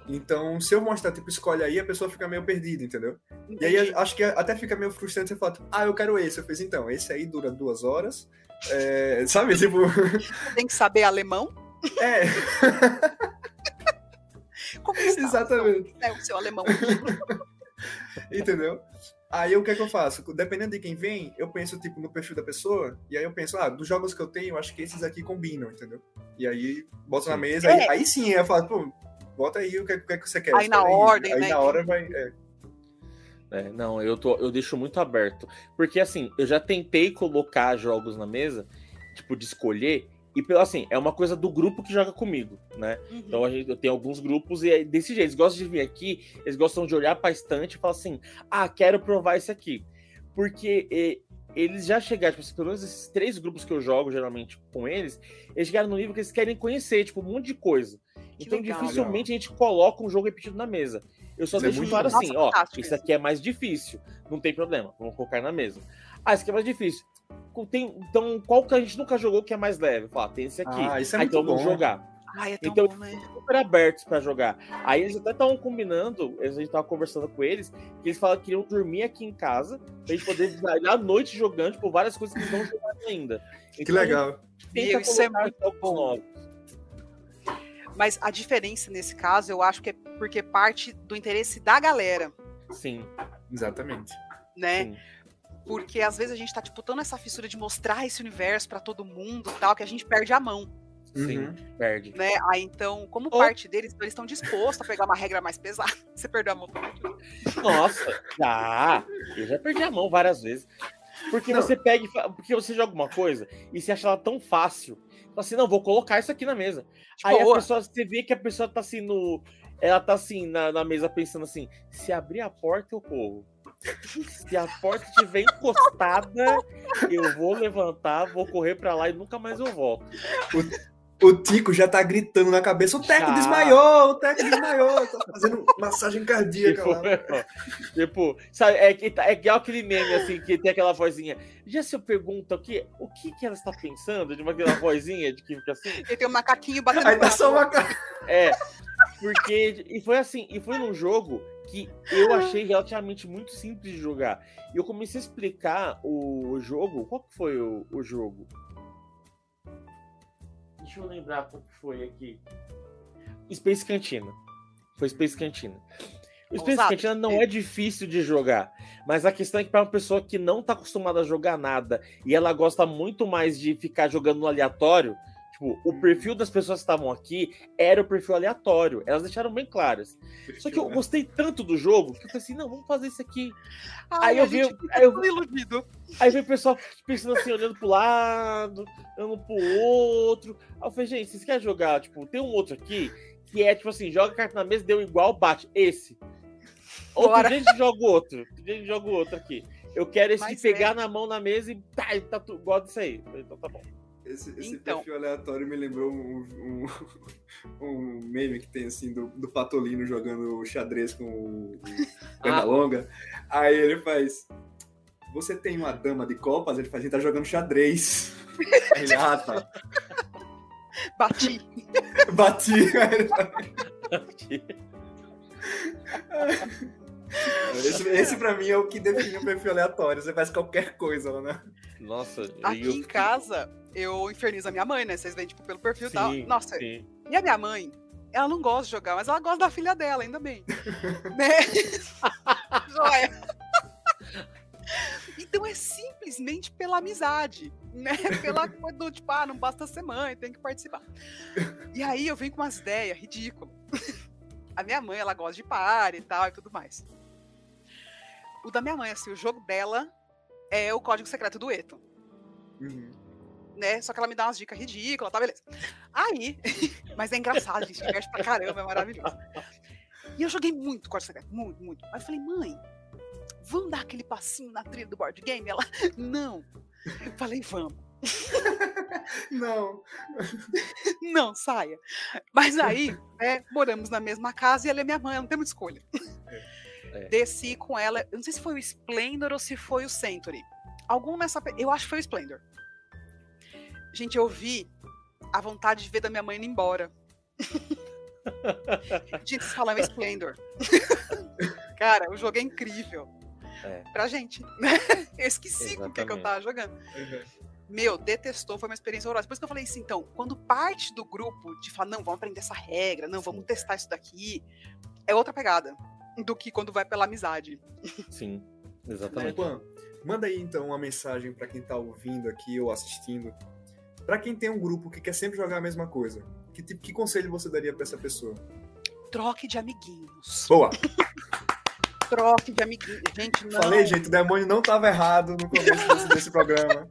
A: Então, se eu mostrar, tipo, escolhe aí, a pessoa fica meio perdida, entendeu? E aí acho que até fica meio frustrante você falar, tipo, ah, eu quero esse. Eu fiz, então, esse aí dura duas horas. É, sabe, tipo.
B: Tem que saber alemão?
A: É,
B: Como está?
A: exatamente.
B: É o seu alemão.
A: Entendeu? Aí o que é que eu faço? Dependendo de quem vem, eu penso, tipo, no perfil da pessoa, e aí eu penso, ah, dos jogos que eu tenho, acho que esses aqui combinam, entendeu? E aí boto na mesa, aí,
B: É.
A: aí sim, eu falo, pô, bota aí o que, o que é que você quer.
B: Aí na
A: escolhe
B: ordem,
A: aí
B: né?
A: na hora vai. é.
C: É, não, eu, tô, eu deixo muito aberto. Porque assim, eu já tentei colocar jogos na mesa, tipo, de escolher. E pelo assim, é uma coisa do grupo que joga comigo, né?
B: Uhum.
C: Então a gente, eu tenho alguns grupos e é desse jeito, eles gostam de vir aqui, eles gostam de olhar pra estante e falar assim: ah, quero provar isso aqui. Porque eh, eles já chegaram, tipo, assim, pelo menos esses três grupos que eu jogo geralmente com eles, eles chegaram no nível que eles querem conhecer, tipo, um monte de coisa.
B: Que
C: então
B: legal.
C: dificilmente a gente coloca um jogo repetido na mesa. Eu só
A: Isso é
C: deixo
A: muito
C: claro
B: bom.
C: assim,
B: Nossa,
C: ó,
B: fantástico
C: isso
B: isso.
C: aqui é mais difícil, não tem problema, vamos colocar na mesa. Ah, isso aqui é mais difícil. Tem- então, qual que a gente nunca jogou que é mais leve? Fala, tem esse aqui.
A: Ah, isso é
C: Ah,
A: muito
C: então vamos
A: bom.
C: jogar
B: Ai, é tão
C: Então-
B: bom, né?
C: super abertos pra jogar. Aí eles até estavam combinando, a gente tava conversando com eles, que eles falaram que iriam dormir aqui em casa, pra gente poder virar a noite jogando, tipo, várias coisas que eles não jogaram ainda. Então,
A: Que legal.
B: Meu, isso é
C: muito
B: bom. Mas a diferença nesse caso, eu acho que é porque parte do interesse da galera,
C: Sim,
A: Exatamente.
B: né?
C: Sim.
B: Porque às vezes a gente tá disputando essa fissura de mostrar esse universo pra todo mundo e tal, que a gente perde a mão,
C: sim,
A: Uhum.
C: perde.
B: né? Aí então, como
C: Ou-
B: parte deles, eles estão dispostos a pegar uma regra mais pesada. Você perdeu a mão. Tipo,
C: Nossa, já. Eu já perdi a mão várias vezes. Porque
A: Não.
C: você pega e fa- porque você joga uma coisa e você acha ela tão fácil. Fala assim, não, vou colocar isso aqui na mesa.
B: De
C: Aí a
B: boa.
C: pessoa, você vê que a pessoa tá assim no. Ela tá assim na, na mesa pensando assim: se abrir a porta, eu corro. Se a porta estiver encostada, eu vou levantar, vou correr pra lá e nunca mais eu volto.
A: O Tico já tá gritando na cabeça, o Teco
C: Já.
A: desmaiou, o Teco desmaiou, tá fazendo massagem cardíaca
C: Tipo,
A: lá.
C: tipo, sabe, é, que tá- é igual aquele meme assim, que tem aquela vozinha. Já se eu pergunto aqui, o que que ela está pensando? De uma aquela vozinha de que fica assim.
B: Ele tem um macaquinho batendo.
A: Aí
B: na
A: tá só
B: porta.
A: uma cara.
C: É, porque. E foi assim, e foi num jogo que eu achei relativamente muito simples de jogar. E eu comecei a explicar o jogo. Qual que foi o, o jogo? Deixa eu lembrar qual que foi aqui. Space Cantina. Foi Space Cantina. O Space
B: Ousado.
C: Cantina não é difícil de jogar, mas a questão é que para uma pessoa que não tá acostumada a jogar nada e ela gosta muito mais de ficar jogando no aleatório, tipo, o perfil das pessoas que estavam aqui era o perfil aleatório. Elas deixaram bem claras. Só que eu
A: né?
C: gostei tanto do jogo que eu pensei, não, vamos fazer isso aqui.
B: Ai,
C: Aí eu
B: a gente
C: vi-
B: fica
C: aí eu-
B: tudo iludido.
C: Aí vem o pessoal pensando assim, olhando pro lado, olhando pro outro. Aí eu falei, gente, vocês querem jogar? Tipo, tem um outro aqui que é tipo assim, joga carta na mesa, deu igual, bate. Esse. Outro
B: Bora.
C: dia a gente joga outro. Outro dia a gente joga outro aqui. Eu quero esse de
B: Mas é.
C: pegar na mão na mesa e tá, e tá tu, gosta disso aí. Eu falei, Então tá bom.
A: Esse, esse
B: Então.
A: perfil aleatório me lembrou um, um, um meme que tem assim do, do Patolino jogando xadrez com o Pernalonga. Aí ele faz. Você tem uma dama de copas? Ele faz, a gente tá jogando xadrez. Aí ele, ah, tá.
B: Bati.
A: Bati. Aí ele faz- Esse, esse pra mim é o que define um perfil aleatório. Você faz qualquer coisa lá né? na.
C: Nossa,
B: Aqui em casa, eu infernizo a minha mãe, né? Vocês veem, tipo, pelo perfil e tal. Nossa,
C: Sim.
B: e a minha mãe? Ela não gosta de jogar, mas ela gosta da filha dela, ainda bem. né? Joia. Então é simplesmente pela amizade, né? Pela coisa do tipo, ah, não basta ser mãe, tem que participar. E aí eu venho com umas ideias ridículas. A minha mãe, ela gosta de par e tal e tudo mais. O da minha mãe, assim, o jogo dela é o Código Secreto do Eto
A: Uhum.
B: né? Só que ela me dá umas dicas ridículas, tá? Beleza. Aí, mas é engraçado, gente. Diverte pra caramba, é maravilhoso. E eu joguei muito Código Secreto, muito, muito. Aí eu falei, mãe, vamos dar aquele passinho na trilha do board game? Ela, não. Eu falei, vamos.
A: Não.
B: Não, saia. Mas aí, né, moramos na mesma casa e ela é minha mãe, não temos escolha.
C: É.
B: Desci com ela, eu não sei se foi o Splendor ou se foi o Century. Algum nessa. pe- Eu acho que foi o Splendor. Gente, eu vi a vontade de ver da minha mãe indo embora. Gente, se falava Splendor. Cara, o jogo é incrível.
C: É.
B: Pra gente. Eu esqueci com o que, que eu
C: Exatamente.
B: tava jogando.
A: Uhum.
B: Meu, detestou, foi uma experiência horrorosa. Por isso que eu falei assim, então, quando parte do grupo de falar, não, vamos aprender essa regra, não, vamos
C: Sim.
B: testar isso daqui, é outra pegada do que quando vai pela amizade.
C: Sim,
A: Então,
C: exatamente.
A: Juan, manda aí então uma mensagem pra quem tá ouvindo aqui ou assistindo. Pra quem tem um grupo que quer sempre jogar a mesma coisa, que, tipo- que conselho você daria pra essa pessoa?
B: Troque de amiguinhos.
A: Boa!
B: Troque de amiguinhos. Gente, não.
A: Falei, gente, o demônio não tava errado no começo desse, desse programa.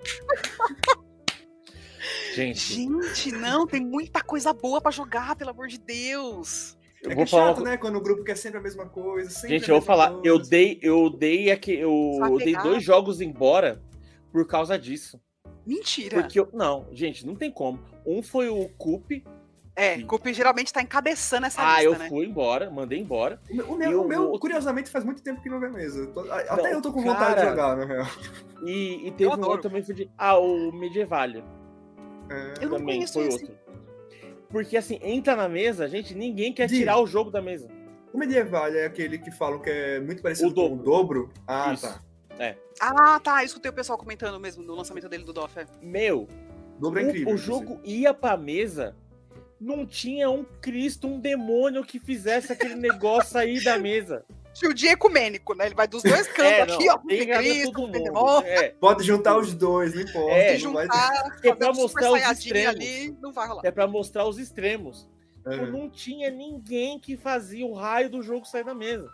C: Gente,
B: Gente, não, tem muita coisa boa pra jogar, pelo amor de Deus.
C: eu
A: é
C: vou
A: que
C: falar.
A: chato,
C: uma co-
A: né? Quando o grupo quer sempre a mesma coisa. sempre
C: Gente,
A: a
C: eu vou
A: mesma
C: falar. Eu
A: coisa.
C: dei, eu dei aqui, eu
B: Só
C: dei
B: pegar.
C: dois jogos embora por causa disso.
B: Mentira.
C: Porque eu, não, gente, não tem como. Um foi o Coop.
B: É, Cupim geralmente tá encabeçando essa
C: Ah, eu
B: lista, né?
C: fui embora, mandei embora.
A: O meu, o
C: E
A: meu,
C: o
A: o meu,
C: outro-
A: curiosamente, faz muito tempo que não vê mesa. Tô- a-
C: Não,
A: Até eu tô com vontade
C: cara.
A: de jogar, na real.
C: E, e teve um
B: adoro.
C: outro também foi de. Ah, o Medievalha.
A: É.
B: Eu não
C: também
B: conheço
C: foi
B: esse.
C: outro. Porque assim, entra na mesa, gente, ninguém quer
A: Diz.
C: tirar o jogo da mesa.
A: O medieval é aquele que falam que é muito parecido
C: O
A: com o dobro. Ah,
C: Isso.
A: tá.
B: Ah, tá. Eu escutei o pessoal comentando mesmo no lançamento dele do Doff. é.
C: Meu,
A: Dobro é
C: o-
A: incrível.
C: o,
A: inclusive.
C: jogo ia pra mesa, não tinha um Cristo, um demônio que fizesse aquele negócio aí da mesa.
B: Se o dia ecumênico, né? Ele vai dos dois cantos
C: É, não,
B: aqui, ó.
C: tem
B: Tem
C: que agradar
B: Cristo,
C: todo
B: tem
C: mundo.
B: demônio.
C: É,
A: Pode juntar os dois, não importa.
C: É,
B: Se
A: não vai-
B: juntar, fazer
C: é pra
B: um super
C: mostrar os
B: saiyajin
C: extremos.
B: ali, não vai rolar.
C: É pra mostrar os extremos. Tipo,
A: É.
C: Não tinha ninguém que fazia o raio do jogo sair da mesa.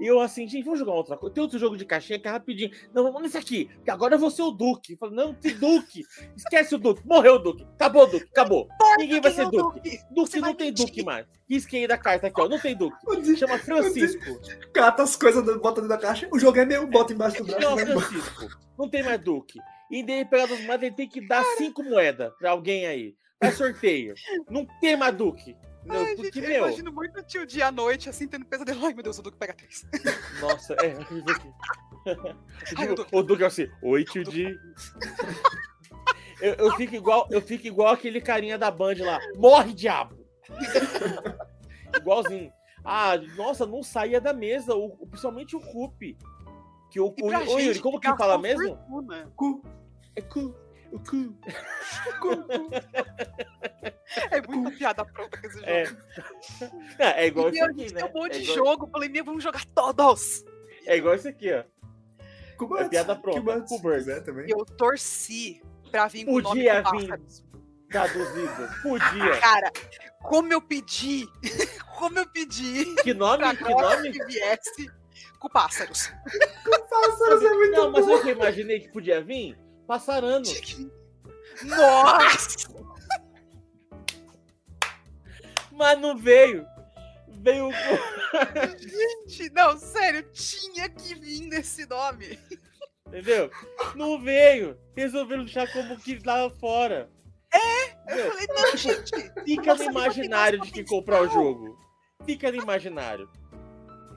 C: E eu assim, gente, vamos jogar outra coisa. Tem outro jogo de caixinha que é rapidinho. Não, vamos nesse aqui, que agora eu vou ser o Duque. Eu falo, não, tem Duque. Esquece o Duque. Morreu o Duque. Acabou o Duque, acabou. Ninguém vai ser Duque. Duque
B: é Você vai
C: não tem
B: mentir.
C: Duque mais. Risquei da carta aqui, ó. Não tem Duque.
A: O Di
C: Chama Francisco.
A: Cata as coisas, bota dentro da caixa. O jogo é meu, bota embaixo do braço. né?
C: Chama
A: vai embora.
C: é Francisco. Não tem mais Duque. E daí pegar das moedas, ele tem que dar cinco moedas pra alguém aí. Faz sorteio. Não tem mais Duque. Não,
B: Ai,
C: porque,
B: gente, eu
C: meu,
B: imagino muito o tio dia à noite, assim, tendo pesadelo. Ai, meu Deus, o Duque pega três.
C: nossa, é. O Duque,
B: Ai,
C: Eu
B: o
C: digo,
B: Duque.
C: o Duque é assim, oi, tio Di. Eu, eu fico igual, eu fico igual aquele carinha da Band lá. Morre, diabo! Igualzinho. Ah, nossa, não saía da mesa, o, o- principalmente o Cup. Que o,
B: E
C: o,
B: pra
C: o Yuri, como que fala
B: gastou
C: mesmo?
B: fortuna.
A: Cu,
C: É cu, o cu.
A: cu, cu.
B: É muita piada pronta com esse jogo.
C: É. Ah, é igual
B: E
C: isso
B: eu
C: aqui,
B: disse,
C: né?
B: tem um monte
C: é,
B: de
C: igual,
B: jogo. eu Falei, meu, vamos jogar todos.
C: é igual isso aqui, ó.
A: Cubuts,
C: É piada pronta,
A: Cubuts, se
C: Cubuts.
A: quiser né, também.
B: Eu torci pra vir com o nome
C: Podia
B: do
C: vir.
B: Bafta.
C: Traduzido. Podia.
B: Cara, como eu pedi, como eu pedi
C: Que
B: pra
C: nome? Que
B: nós
C: nome?
B: que viesse com pássaros.
A: Pássaros é muito
C: Não, mas
A: bom.
C: eu que eu imaginei que podia vir? Passarano.
B: Nossa!
C: Mas não veio. Veio o.
B: Gente, não, sério, tinha que vir nesse nome.
C: Entendeu? Não veio. Resolveram deixar como que lá fora. É?
B: Eu falei, não, gente.
C: Fica
B: nossa,
C: no
B: não tem
C: imaginário
B: mais
C: de que
B: potencial.
C: comprar o jogo. Fica no imaginário.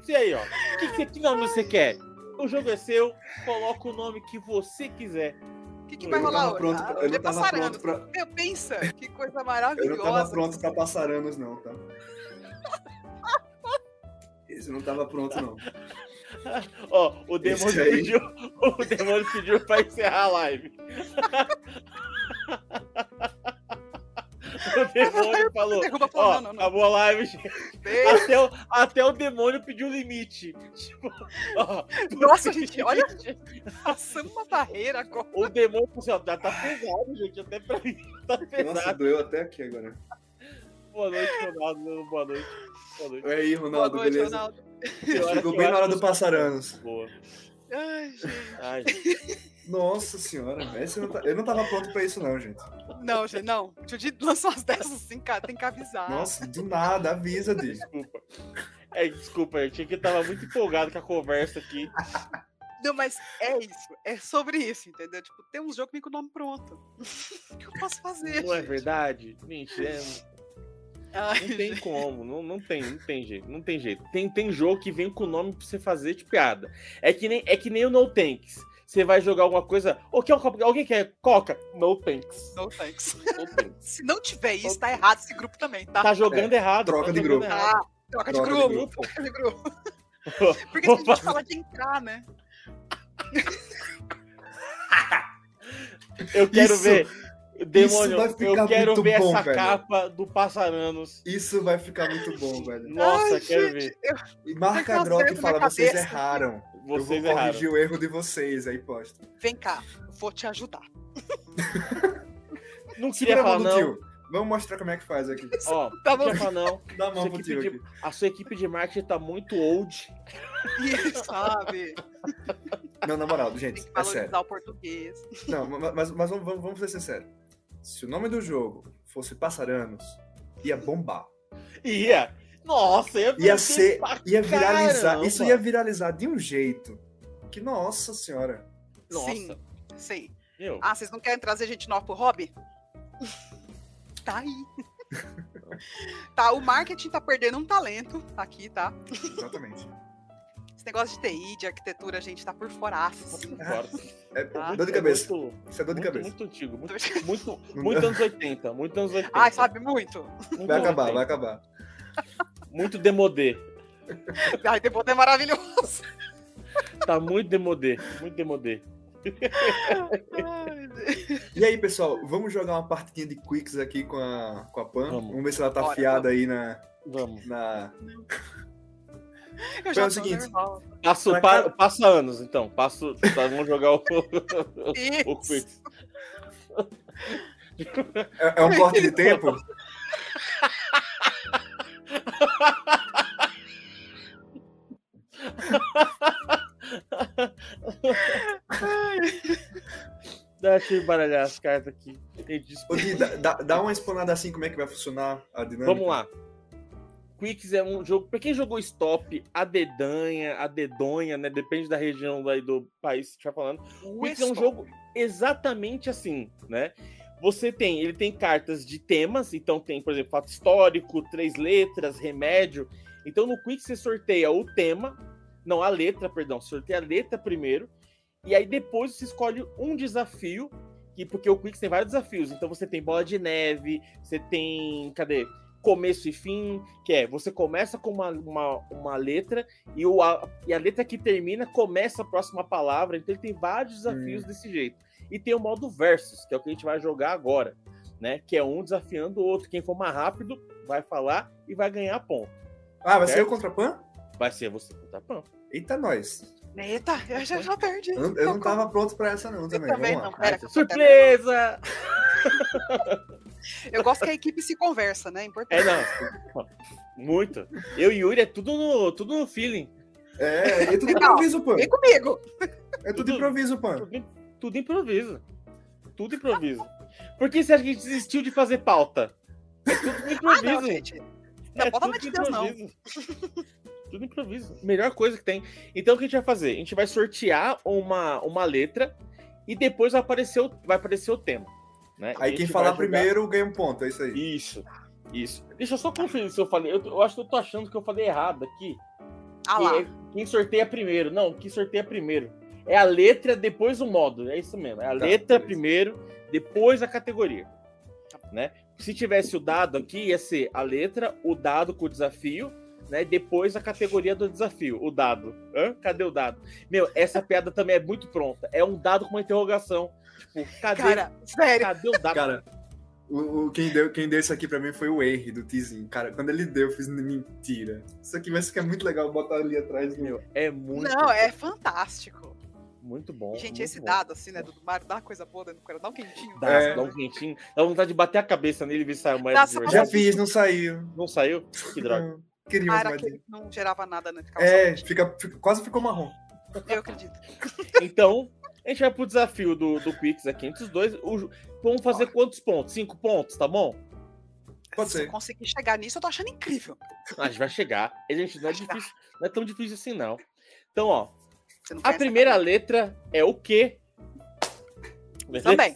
C: E aí, ó. Que, que, que nome você quer? O jogo é seu, coloca o nome que você quiser.
B: O que, que
C: Eu
B: vai
A: não
B: rolar
A: tava
B: hoje?
A: pronto
B: Ah,
A: pra- eu
B: hoje
A: não
B: é
A: tava
B: passarano.
A: pronto pra-
B: Meu, pensa, que coisa
A: Eu
B: maravilhosa.
A: não tava pronto
C: assim.
A: pra passaranos, não, tá? Esse eu não tava pronto, não.
C: Ó, o demônio
A: Esse aí.
C: pediu. O demônio pediu pra encerrar a live. O demônio falou.
B: Derruba, falou,
C: Ó,
B: não, não,
C: acabou a live, gente.
B: não. Beijo.
C: Até o, até o demônio pediu limite. Tipo, ó,
B: Nossa, gente, olha, passamos uma barreira agora.
C: o demônio falou assim, ó, tá tá pesado, gente, até pra mim. Tá
A: Nossa,
C: pesado.
A: doeu até aqui agora.
C: Boa noite, Ronaldo. Boa noite. Boa noite.
A: E aí,
B: Boa
A: Ronaldo,
B: noite,
A: beleza?
B: Ronaldo.
C: Tem hora
A: Chegou
C: que
A: bem
C: eu
A: na hora do
C: acho que eu sou
A: passaranos.
C: Boa.
B: Ai, gente.
C: Ai, gente,
A: Nossa senhora, velho, esse não tá- eu não tava pronto pra isso, não, gente.
B: Não, gente, não. O Tio Di lançou umas dessas assim, cara, tem que avisar.
A: Nossa, do nada, avisa, Di.
C: desculpa. É, desculpa, eu tinha que tava muito empolgado com a conversa aqui.
B: Não, mas é isso. É sobre isso, entendeu? Tipo, tem uns jogos que vem com o nome pronto. O que eu posso fazer?
C: Não é
B: gente?
C: verdade? Gente, é,
B: Ai,
C: não tem
B: gente.
C: como, não, não tem, não tem jeito, não tem jeito. Tem, tem jogo que vem com o nome pra você fazer de piada. É que nem, é que nem o No Tanks. Você vai jogar alguma coisa. Ou quer um copo? Alguém quer coca? No thanks.
B: No thanks.
C: No thanks.
B: Se não tiver isso, tá errado esse grupo também, tá?
C: Tá jogando errado.
A: troca
C: tá
A: de
C: jogando
A: grupo.
C: errado.
B: Ah, troca de
A: Troca de
B: grupo.
A: grupo.
B: Troca de grupo.
C: Vou-
B: Porque se a
C: vou
B: gente
C: fazer-
B: fala de entrar, né?
C: Eu quero
A: Isso-
C: ver. Demônio,
A: vai ficar
C: eu quero
A: muito
C: ver
A: bom,
C: essa
A: velho.
C: capa do Passaranos.
A: Isso vai ficar muito bom, velho.
C: Nossa,
B: Ai,
C: quero
B: gente,
C: ver.
B: eu-
A: E marca
B: Tá
A: a droga e
B: certo na
A: fala, vocês
B: cabeça.
A: erraram. eu
C: Vocês
A: vou
C: erraram.
A: corrigir o erro de vocês aí, posta.
B: Vem cá, vou te ajudar.
C: Não queria
A: Segura a
C: falar,
A: mão do
C: não.
A: tio. Vamos mostrar como é que faz aqui.
C: Ó,
B: Tá
C: não
B: bom.
C: queria falar, não.
A: Dá a
C: Sua
A: mão pro
C: equipe
A: tio
C: de-
A: aqui.
C: a sua equipe de marketing tá muito old.
B: E, sabe?
A: Não, na moral,
B: Tem
A: gente,
B: que
A: é sério.
B: valorizar o português.
A: Não, ma- mas, mas vamos, vamos- vamos ser sinceros. Se o nome do jogo fosse Passaranos, ia bombar.
C: Ia. Nossa, ia,
A: Ia
C: vender
A: ser.
C: pra
A: Ia viralizar.
C: caramba.
A: Isso ia viralizar de um jeito. Que, nossa senhora.
C: Nossa.
B: Sim, sim.
C: Meu,
B: Ah, vocês não querem trazer gente nova pro hobby? Tá aí. tá, o marketing tá perdendo um talento aqui, tá?
A: Exatamente.
B: Esse negócio de TI, de arquitetura, a gente tá por fora.
C: agora-
A: É
B: Ah,
A: dor de
C: é
A: cabeça.
C: Muito,
A: Isso
B: Um
A: é dor de
C: muito,
A: cabeça.
C: muito antigo. Muito, muito, muito
A: dá.
C: anos 80. Muito anos 80.
B: Ai, sabe muito?
C: Muito
B: um
A: Vai
C: anos
A: acabar,
C: 80,
A: vai acabar.
C: Muito demodê.
B: Ai, depois é maravilhoso.
C: Tá muito demodê. Muito demodê.
B: Ai, gente.
A: E aí, pessoal, vamos jogar uma partidinha de quicks aqui com a, com a Pan?
C: Vamos.
A: Vamos. ver se ela tá
B: Bora,
A: afiada
B: vamos.
A: aí na.
C: Vamos.
A: na...
B: Eu já
A: é o
B: tô
A: seguinte.
B: nervosa.
C: Passo,
A: Pra
C: pa-
A: cada-
C: Passa anos, então. Passo. Tá, vamos jogar o, o
B: Isso.
C: Quick.
A: É, é um corte
B: tá
A: de tempo?
C: Deixa eu embaralhar as cartas aqui. Gente, desculpa.
A: Ô, Di, dá, dá- dá uma explanada assim como é que vai funcionar a dinâmica.
C: Vamos lá. Quicks é um jogo. Pra quem jogou Stop, a dedanha, a dedonha, né? Depende da região daí do país que você tá falando. Quicks é um jogo exatamente assim, né? Você tem, ele tem cartas de temas, então tem, por exemplo, fato histórico, três letras, remédio. Então no Quicks você sorteia o tema, não a letra, perdão, sorteia a letra primeiro, e aí depois você escolhe um desafio, que porque o Quicks tem vários desafios. Então você tem bola de neve, você tem, cadê? Começo e fim, que é você começa com uma, uma, uma letra e, o, a, e a letra que termina começa a próxima palavra. Então ele tem vários desafios desse jeito. E tem o modo versus, que é o que a gente vai jogar agora, né? Que é um desafiando o outro. Quem for mais rápido vai falar e vai ganhar ponto.
A: Ah, vai ser
C: Certo?
A: eu contra a Pan?
C: Vai ser você contra pão.
A: Eita, nós.
B: Eita, Né, tá, eu já, já perdi.
A: Eu, não- eu não tava pronto pra essa, não,
B: Eu
A: também.
B: tá também
A: Vamos
B: não,
A: lá.
B: pera. que eu tô até
C: Surpresa!
B: Eu gosto que a equipe se conversa, né? É Importante.
C: É não. Muito. Eu e Yuri é tudo no, tudo no feeling.
A: É, é tudo
B: Legal.
A: improviso, Pan.
B: Vem comigo.
A: É tudo
C: Tudo-
A: improviso, Pan.
C: Tudo, tudo improviso. Tudo improviso. Por que você acha que a gente desistiu de fazer pauta? É tudo
B: Ah,
C: improviso.
B: não, gente. Não,
C: é
B: pelo amor de Deus, não.
C: improviso. tudo improviso. Melhor coisa que tem. Então o que a gente vai fazer? A gente vai sortear uma, uma letra e depois vai aparecer o, vai aparecer o tema. né? E a
A: Aí quem
C: gente
A: falar
C: vai jogar-
A: primeiro ganha um ponto, é isso aí.
C: Isso. Isso. Deixa eu só conferir se eu falei. Eu, eu acho que eu tô achando que eu falei errado aqui.
B: Ah lá.
C: Que é- quem sorteia primeiro. Não, quem sorteia primeiro. É a letra, depois o modo. É isso mesmo. É a
A: Tá,
C: letra
A: beleza.
C: primeiro, depois a categoria.
B: Tá.
C: Né? Se tivesse o dado aqui, ia ser a letra, o dado com o desafio, né? Depois a categoria do desafio, o dado. Hã? Cadê o dado? Meu, essa piada também é muito pronta. É um dado com uma interrogação. Tipo, cadê,
B: Cara, sério.
C: cadê o dado?
A: Cara, o, o- quem, deu, quem deu isso aqui pra mim foi o Henry do Tizinho. Cara, quando ele deu, eu fiz mentira. Isso aqui vai ficar muito legal botar ali atrás do.
C: Meu, é muito,
B: Não, é fantástico.
C: muito bom.
B: gente,
C: muito
B: esse
C: bom.
B: dado, assim, né, do Mario, dá uma coisa boa dentro do coração, dá um quentinho.
C: Dá,
A: É.
C: dá um quentinho. Dá vontade de bater a cabeça nele e ver se a moeda
B: Dá
C: de
B: só-
A: Já
C: verdade.
A: fiz, não saiu.
C: Não saiu? Que droga.
A: Não, Queria
B: Ah,
A: mais
B: era
A: moedinha.
B: aquele que não gerava nada, né? Ficava
A: É, fica, fica- quase ficou marrom.
B: só... Eu acredito.
C: Então, a gente vai pro desafio do, do Pix aqui entre os dois. O ju- vamos fazer quantos pontos? Cinco pontos, tá bom?
A: Pode
B: Se
A: ser.
B: eu conseguir chegar nisso, eu tô achando incrível.
C: A gente vai chegar. A gente não é difícil, não é tão difícil assim, não. Então, ó,
B: Você não
C: a
B: conhece
C: primeira letra é o quê? Beleza?
B: Também.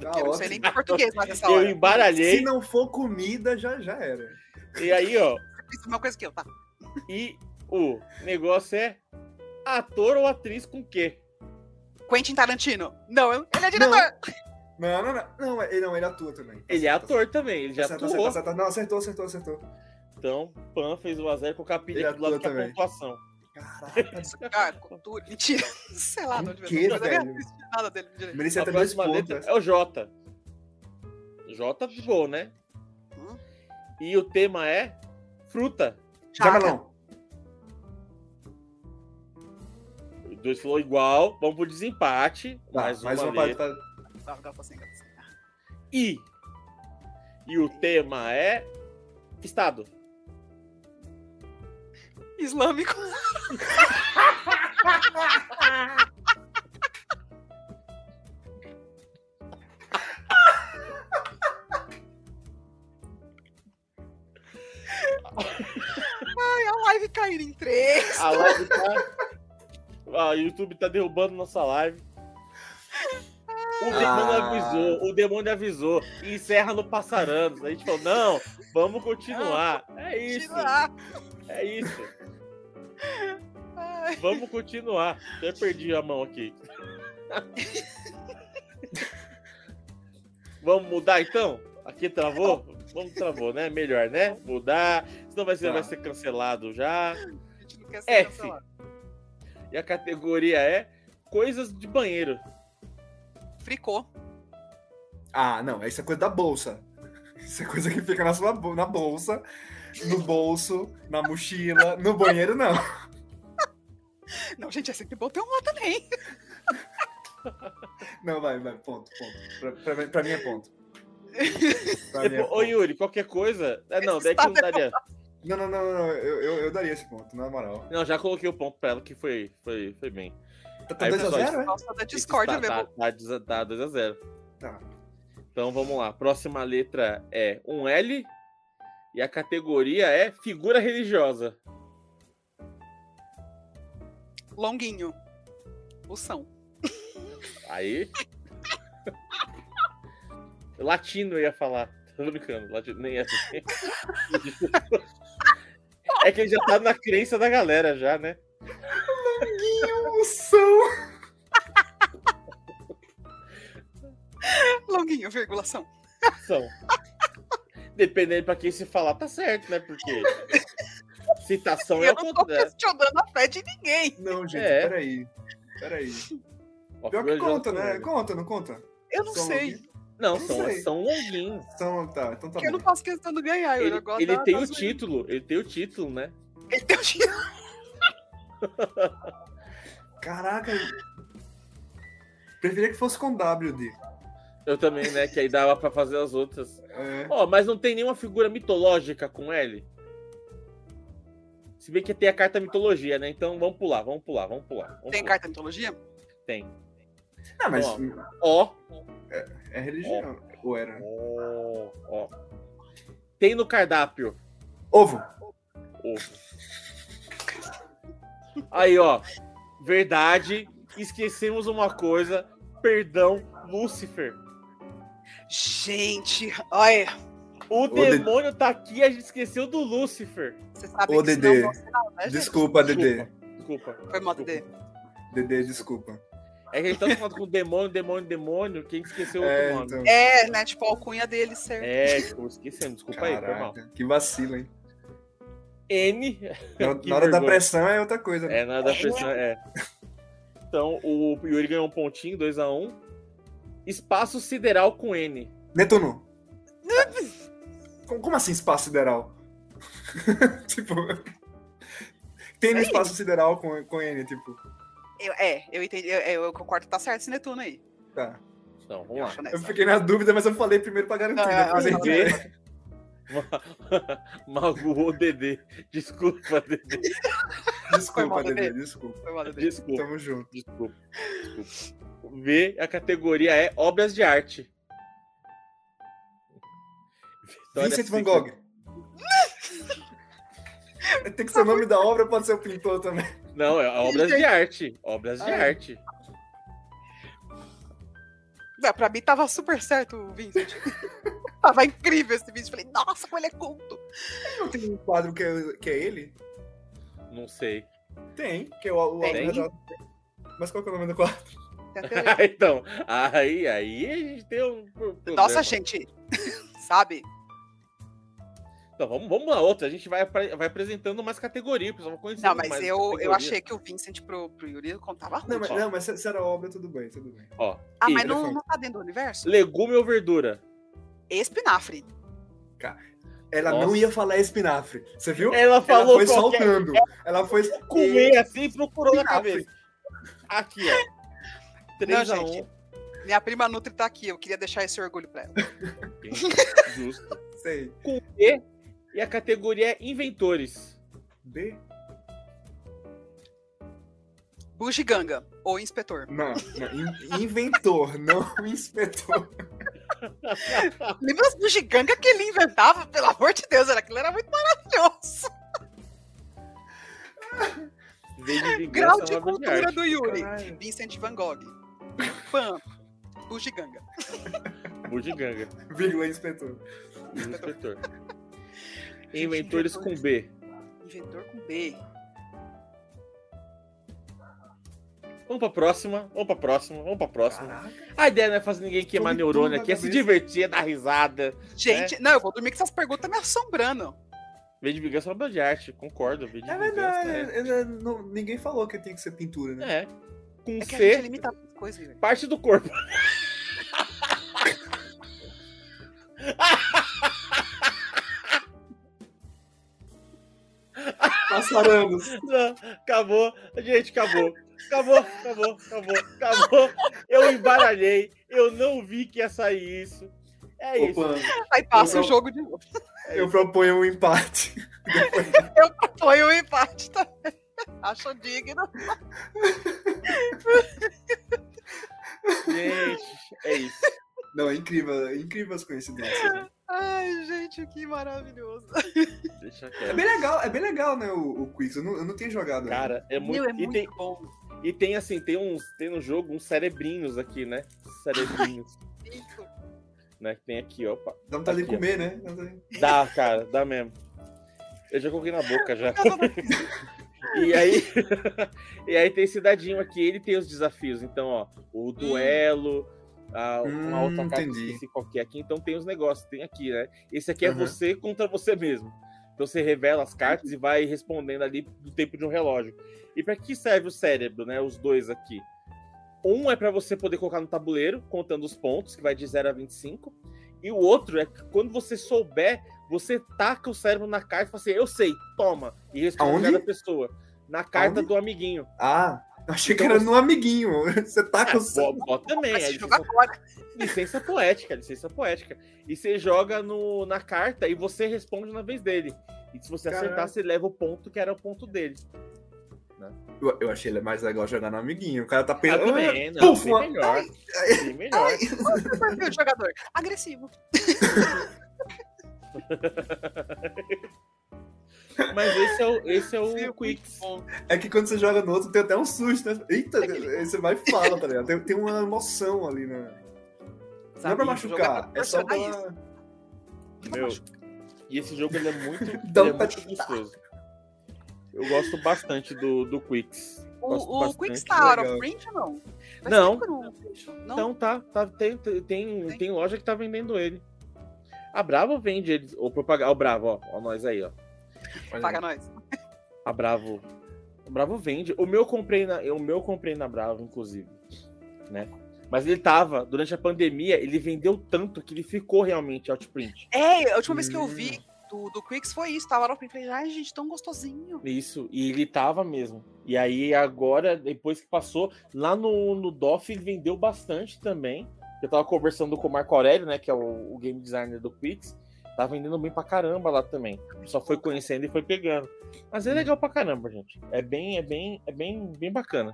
A: Tá
B: eu não sei nem
A: ótimo.
B: em português mais essa
C: Eu
B: hora.
A: Se
C: embaralhei,
A: não for comida, já, já era.
C: e aí, ó,
B: Fiz a mesma coisa que eu, tá?
A: Tá
C: e o negócio é ator ou atriz com quê?
B: Quentin Tarantino. Não, eu- ele é diretor.
A: Não, não, não. Não, ele, não, ele atua também. Tá
C: Ele é
A: certo, tá
C: ator também, ele já
A: Acertou,
C: atuou.
A: acertou, acertou. Não, acertou, acertou, acertou.
C: Então, Pan fez o azar com o
A: Ele
C: capilha aqui do lado
A: atua
C: da
A: também.
C: pontuação.
A: Caraca.
B: Isso, cara, cultura. Mentira. Sei lá de onde
A: Com
B: veio
A: que,
B: essa coisa, Eu
A: velho?
B: nem assisti nada dele direito.
A: Merecia
C: A
A: até dois
C: próxima
A: pontos. né?
C: letra é o J. J de boa, né?
B: Hum.
C: E o tema é fruta.
A: é. Jamelão.
C: Os dois falou igual, vamos pro desempate.
A: Tá,
C: mais, uma,
A: pra-
C: letra.
A: pra-
B: Tá, tá, tá, assim, tá, assim.
C: I. E o tema é estado.
B: Islâmico. Ai, a live caindo em três.
C: A live tá. Ah, o YouTube tá derrubando nossa live. O demônio
A: Ah.
C: avisou, o demônio avisou. E encerra no Passaranos. A gente falou, não, vamos continuar. É isso,
B: Tira lá.
C: é isso.
B: Ai,
C: Vamos continuar. Até perdi a mão aqui. Vamos mudar então? Aqui travou? Vamos travou, né? Melhor, né? Mudar. Senão vai ser,
A: Tá.
C: vai ser cancelado já.
B: a gente não quer ser
C: F.
B: cancelado.
C: E a categoria é coisas de banheiro.
B: Fricô.
A: Ah, não, isso é coisa da bolsa. Isso é coisa que fica na sua bol- na bolsa, no bolso, na mochila, no banheiro não.
B: Não, gente, é sempre bom ter um lá também.
A: Não, vai, vai, ponto, ponto. Pra, pra mim- pra mim é ponto. Pra mim é
C: Depois, Tipo, ô
A: ponto.
C: Yuri, qualquer coisa. É, não,
B: Esse
C: daí que não
B: estado é
C: daria.
A: Não, não, não, não, não, Eu, eu, eu daria esse ponto, na moral.
C: Não, já coloquei o ponto pra ela que foi, foi, foi bem.
A: Tá, tá
C: Aí,
A: 2 a
C: pessoal,
A: 0 é?
B: Nossa, da discórdia mesmo.
C: tá, Tá, tá, tá 2 a 0
A: Tá.
C: Então vamos lá. Próxima letra é um L e a categoria é figura religiosa.
B: Longuinho. Lução.
C: Aí. Latino eu ia falar. Tô brincando, latino nem é. É que ele já tá na crença da galera, já, né?
A: Emoção!
B: Longuinho, virgulação.
C: São. Dependendo pra quem se falar, tá certo, né? Porque. Citação é
B: Eu
C: o
B: não tô
C: contrário.
B: questionando a fé de ninguém.
A: Não, gente,
C: É.
A: peraí. Peraí.
C: Ó,
A: Pior que
C: figura
A: conta, né?
C: religiosa. é
A: Conta, não conta?
B: Eu não
A: São
B: sei.
A: Longuinho?
C: Não,
A: Não
C: são,
A: sei.
C: são longuinhos.
A: Então tá, então tá
B: Porque eu não
A: bom.
B: faço questão de ganhar. Eu
C: Ele,
B: gosto
C: ele
B: da-
C: tem
B: da
C: o
B: zoeira.
C: título, ele tem o título, né?
B: Ele tem o título.
A: Caraca. Preferia que fosse com WD.
C: Eu também, né? Que aí dava pra fazer as outras.
A: É.
C: Ó, mas não tem nenhuma figura mitológica com L? Se bem que tem a carta mitologia, né? Então vamos pular, vamos pular, vamos pular. Vamos
B: Tem
C: pular.
B: carta de mitologia?
C: Tem.
A: Não, Ah, mas
C: Ó. Ó,
A: é religião. Ou era? né?
C: ó, ó. Tem no cardápio.
A: Ovo.
C: Ovo. Aí, ó. Verdade. Esquecemos uma coisa. Perdão, Lúcifer.
B: Gente, olha.
C: O,
A: de-
C: demônio tá aqui, a gente esqueceu do Lúcifer.
B: Você sabe
A: Ô,
B: que isso
A: Dedê,
B: não é um sinal, né, gente?
A: Desculpa, Dedê.
C: Desculpa.
B: Foi mal,
C: desculpa.
B: Dedê.
A: Dedê, desculpa.
C: É que a gente tá falando com demônio, demônio, demônio, quem esqueceu outro
A: É,
C: nome.
A: então.
B: É, né? Tipo, a alcunha dele ser.
C: É, tipo, esquecemos, desculpa aí, foi mal.
A: Caraca, que vacilo, hein?
C: N.
A: Na,
C: Que
A: na hora da
C: vergonha.
A: pressão é outra coisa. né?
C: É, nada da pressão, é. Então, o Yuri ganhou um pontinho, 2x1. Espaço sideral com N.
A: Netuno. Como, como assim espaço sideral? tipo. Tem no
B: É
A: espaço sideral com, com N, tipo.
B: Eu- é, eu entendi. Eu, eu concordo que tá certo esse Netuno aí.
A: Tá.
C: Então, vamos
B: Eu
C: lá.
B: acho
A: Eu
B: nessa.
A: fiquei na dúvida, mas eu falei primeiro pra garantir.
B: Não,
A: né?
B: eu-
A: Mas
B: eu-
A: enfim.
C: Dedê. Magoou o Dedê. Desculpa, Dedê.
B: Foi mal,
A: Desculpa, Dedê, desculpa.
B: Foi mal, Dedê.
C: Desculpa,
A: Tamo junto.
C: desculpa. desculpa. V, a categoria é obras de arte. Vitória
A: Vincent Van
C: Secret.
A: Gogh. Tem que ser o nome da obra, pode ser o pintor também.
C: Não, é obras de arte. Obras de
A: Ah, é.
C: arte.
B: Não, pra mim tava super certo o Vincent. tava incrível esse vídeo. Falei, nossa, como ele é culto.
A: Tem um quadro que é, que é ele?
C: Não sei.
A: Tem, que é o, o
B: Tem.
A: Mas qual que é o nome do quadro?
B: Tem até-
C: então, aí, aí a gente tem um. pro- problema.
B: Nossa, gente, sabe?
C: Então, vamos, vamos lá, outra. A gente vai, apre- vai apresentando mais categoria, o pessoal vai conhecendo
B: Não, mas
C: mais
B: eu, eu
C: categoria.
B: achei que o Vincent pro, pro Yuri contava ruim. tipo,
A: Não, mas, não, mas se, se era obra, tudo bem, tudo bem.
C: Ó,
B: Ah,
C: e
B: mas não,
A: elefante.
B: não tá dentro do universo?
C: legume ou verdura?
B: Espinafre.
A: Ela não
C: Nossa.
A: ia falar espinafre. Você viu? Ela
C: Ela É, falou
A: foi
C: qualquer
A: saltando. Ela foi.
C: comer assim e procurou na
A: Espinafre.
C: cabeça. Aqui, ó. 3 a 1.
B: gente. Minha prima Nutri tá aqui, eu queria deixar esse orgulho pra ela.
C: um. Justo.
A: Sei.
C: Comer e a categoria é inventores.
A: B?
B: Bugiganga, ou inspetor.
A: Não, não. in- Inventor, não inspetor.
B: Lembra as bugigangas que ele inventava? Pelo amor de Deus, era- aquilo era muito maravilhoso.
C: Vem de vingança,
B: Grau
C: é
B: de
C: uma obra de
B: cultura
C: arte.
B: do Yuri.
A: Caralho.
B: Vincent Van Gogh. Pan. Bugiganga.
C: Bugiganga.
A: Vírgula inspetor.
C: Inspetor. Inventores com B.
B: Inventor com B.
C: Vamos pra próxima, vamos pra próxima, vamos pra próxima.
A: Caraca.
C: A ideia não é fazer ninguém queimar
A: Tudo- tudo
C: neurônio
A: na
C: aqui, é se
A: cabeça.
C: divertir, é dar risada. É.
B: Gente, não, eu vou dormir com essas perguntas me assombrando.
C: Vem de vingança é uma obra de arte, concordo. Vem de
A: É
C: vingança.
A: verdade.
C: é.
A: eu- eu- não- ninguém falou que tinha que ser pintura, né?
C: É. Com
B: É que a gente
C: C,
B: limita as coisas, Yuri.
C: parte do corpo. É.
A: Passarandos.
C: Não, acabou. Gente, acabou. Acabou, acabou, acabou, acabou. Eu embaralhei. Eu não vi que ia sair isso. É isso.
A: Opa,
B: Aí passa
A: Eu
B: o
A: não-
B: jogo de novo.
A: eu proponho um empate.
B: Foi um empate também. Acho digno.
C: Gente, é isso.
A: Não, é incrível, é incrível as coincidências.
C: É.
A: né?
B: Ai, gente, que maravilhoso.
C: Deixa
A: É
C: quieto.
A: bem legal, é bem legal, né, o, o quiz. Eu não, eu não tinha jogado. ainda.
C: Cara, é muito.
B: Meu, é
C: e,
B: muito
C: tem,
B: bom.
C: e tem assim, tem uns. Tem no jogo uns cerebrinhos aqui, né? Cerebrinhos.
B: Isso.
C: né? Que tem aqui, opa.
A: Dá vontade de
C: Aqui, ó.
A: comer, né? Dá vontade de-
C: Dá, cara, dá mesmo. Eu já coloquei na boca já.
B: Eu tô-
C: E aí, e aí tem esse dadinho aqui, ele tem os desafios. Então, ó, o duelo, a, uma
A: Hum,
C: outra carta
A: entendi.
C: esqueci qual que é aqui. Então tem os negócios, tem aqui, né? Esse aqui é
A: Aham.
C: você contra você mesmo. Então você revela as cartas e vai respondendo ali no tempo de um relógio. E para que serve o cérebro, né? Os dois aqui. Um é para você poder colocar no tabuleiro, contando os pontos, que vai de 0 a 25. E o outro é que quando você souber, você taca o cérebro na carta e fala assim, eu sei, toma. E responde
A: Aonde?
C: cada pessoa. Na carta
A: Aonde?
C: do amiguinho.
A: Ah, eu achei que
C: Então É,
A: era no amiguinho. Você tá com...
C: Bo- bo- também.
B: Mas
C: é
B: esse jogo
C: licença,
B: agora.
C: licença poética, licença poética. E você joga no, na carta e você responde na vez dele. E se você
A: Caralho.
C: acertar, você leva o ponto que era o ponto dele.
A: Eu, eu achei ele mais legal jogar no amiguinho. O cara tá
C: Ah,
A: pensando...
C: também, não,
A: puf,
C: bem
A: uma-
C: melhor. Bem melhor.
B: Qual foi o perfil de jogador? Agressivo.
C: Mas esse é o, esse é
B: Viu?
C: o Quicks.
B: Bom.
A: É que quando você joga no outro, tem até um susto, né? Eita,
B: É que ele-
A: aí você vai e fala, tá ligado? Tem, tem uma emoção ali, né? Não é
B: Sabe,
A: pra
B: jogar
A: machucar,
B: pra
A: é só pra...
B: proporcionar
C: Meu, e esse jogo ele é muito,
A: Dá
C: ele é
A: vontade
C: muito gostoso. Eu gosto bastante do, do Quicks. Gosto
B: O, o
C: bastante.
B: Quick tá out
A: legal.
B: of print ou não? Faz
C: Não.
B: tempo que eu não. Não.
C: Então tá, tá tem, tem- tem, tem loja que tá vendendo ele. A Bravo vende ele. O propagar, o Bravo, ó, ó, nós aí, ó.
A: Olha,
B: Paga nós.
C: A Bravo. A Bravo vende. O meu eu comprei na, o meu eu comprei na Bravo, inclusive, né? Mas ele tava durante a pandemia, ele vendeu tanto que ele ficou realmente outprint.
B: É, a última vez que eu
A: Hum.
B: vi do, do Quicks foi isso, tava out of print. Falei, ai, gente, tão gostosinho.
C: Isso, e ele tava mesmo. E aí agora, depois que passou, lá no, no DOF ele vendeu bastante também. Eu tava conversando com o Marco Aurélio, né, que é o, o game designer do Quix. Tá vendendo bem pra caramba lá também. Só foi conhecendo e foi pegando. Mas é legal pra caramba, gente. É bem, é bem, é bem, bem bacana.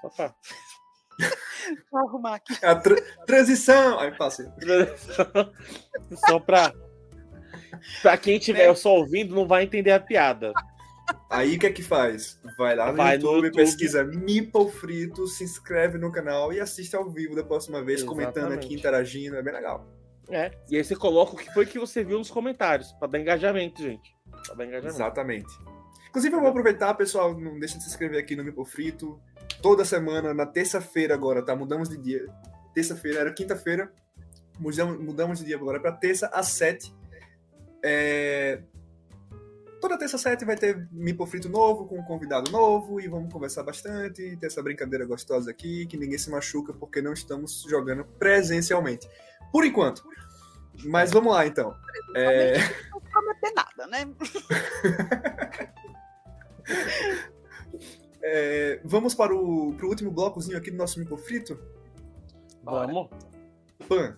C: Só pra...
B: Vou arrumar aqui.
A: É a tra- transição! Aí passa.
C: Só pra... Pra quem tiver só ouvindo, não vai entender a piada.
A: Aí o que é que faz? Vai lá no,
C: Vai no
A: YouTube,
C: YouTube.
A: pesquisa Meeple Frito, se inscreve no canal e assiste ao vivo da próxima vez, comentando
C: Exatamente.
A: aqui, interagindo, é bem legal.
C: É. E aí você coloca o que foi que você viu nos comentários. Pra dar engajamento, gente. Pra dar engajamento.
A: Exatamente. Inclusive, eu vou aproveitar, pessoal, não deixa de se inscrever aqui no Meeple Frito, toda semana, na terça-feira agora, tá? Mudamos de dia. Terça-feira era quinta-feira, mudamos, mudamos de dia agora para terça às sete. É, Toda terça às sete vai ter Mipo Frito novo, com um convidado novo, e vamos conversar bastante, e ter essa brincadeira gostosa aqui, que ninguém se machuca porque não estamos jogando presencialmente. Por enquanto. Mas vamos lá, então. É...
B: Não prometer nada, né?
A: É, vamos para o pro último blocozinho aqui do nosso Mipo Frito?
B: Bora.
C: Vamos.
A: Pan,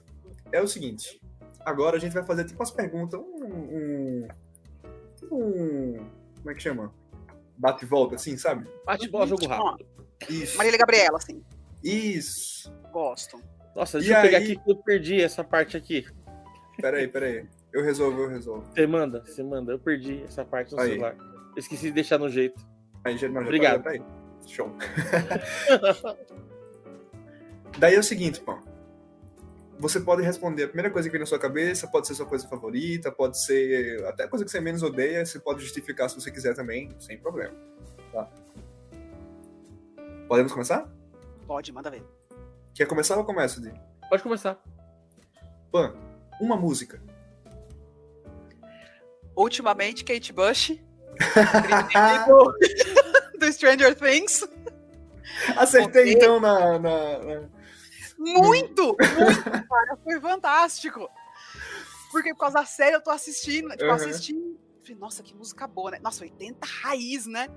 A: é o seguinte. Agora a gente vai fazer tipo as perguntas, um. um, um- como é que chama? Bate e volta, assim, sabe?
C: Bate bola, jogo rápido.
A: Isso.
B: Marília Gabriela, assim,
A: Isso.
B: gosto.
C: Nossa,
A: E
C: deixa eu pegar
A: aí?
C: aqui que eu perdi essa parte aqui.
A: Peraí, peraí. Eu resolvo, eu resolvo.
C: Você manda, você manda. Eu perdi essa parte no
A: Aí.
C: celular. Esqueci de deixar no jeito.
A: Aí já, não, já
C: Obrigado.
A: Tá, já tá aí. Show. Daí é o seguinte, Pão. Você pode responder a primeira coisa que vem na sua cabeça, pode ser sua coisa favorita, pode ser até coisa que você menos odeia, você pode justificar se você quiser também, sem problema. Tá? Podemos começar?
B: Pode, manda ver.
A: Quer começar ou eu começo, Di?
C: Pode começar.
A: Pan, uma música.
B: Ultimamente, Kate Bush.
C: Ah.
B: do, do Stranger Things.
A: Acertei
B: Ok.
A: então na- na- na...
B: Muito! Muito, cara. Foi fantástico. Porque por causa da série eu tô assistindo. Tipo, eu
A: Aham.
B: assisti. Falei, nossa, que música boa, né? Nossa, 80 raiz, né?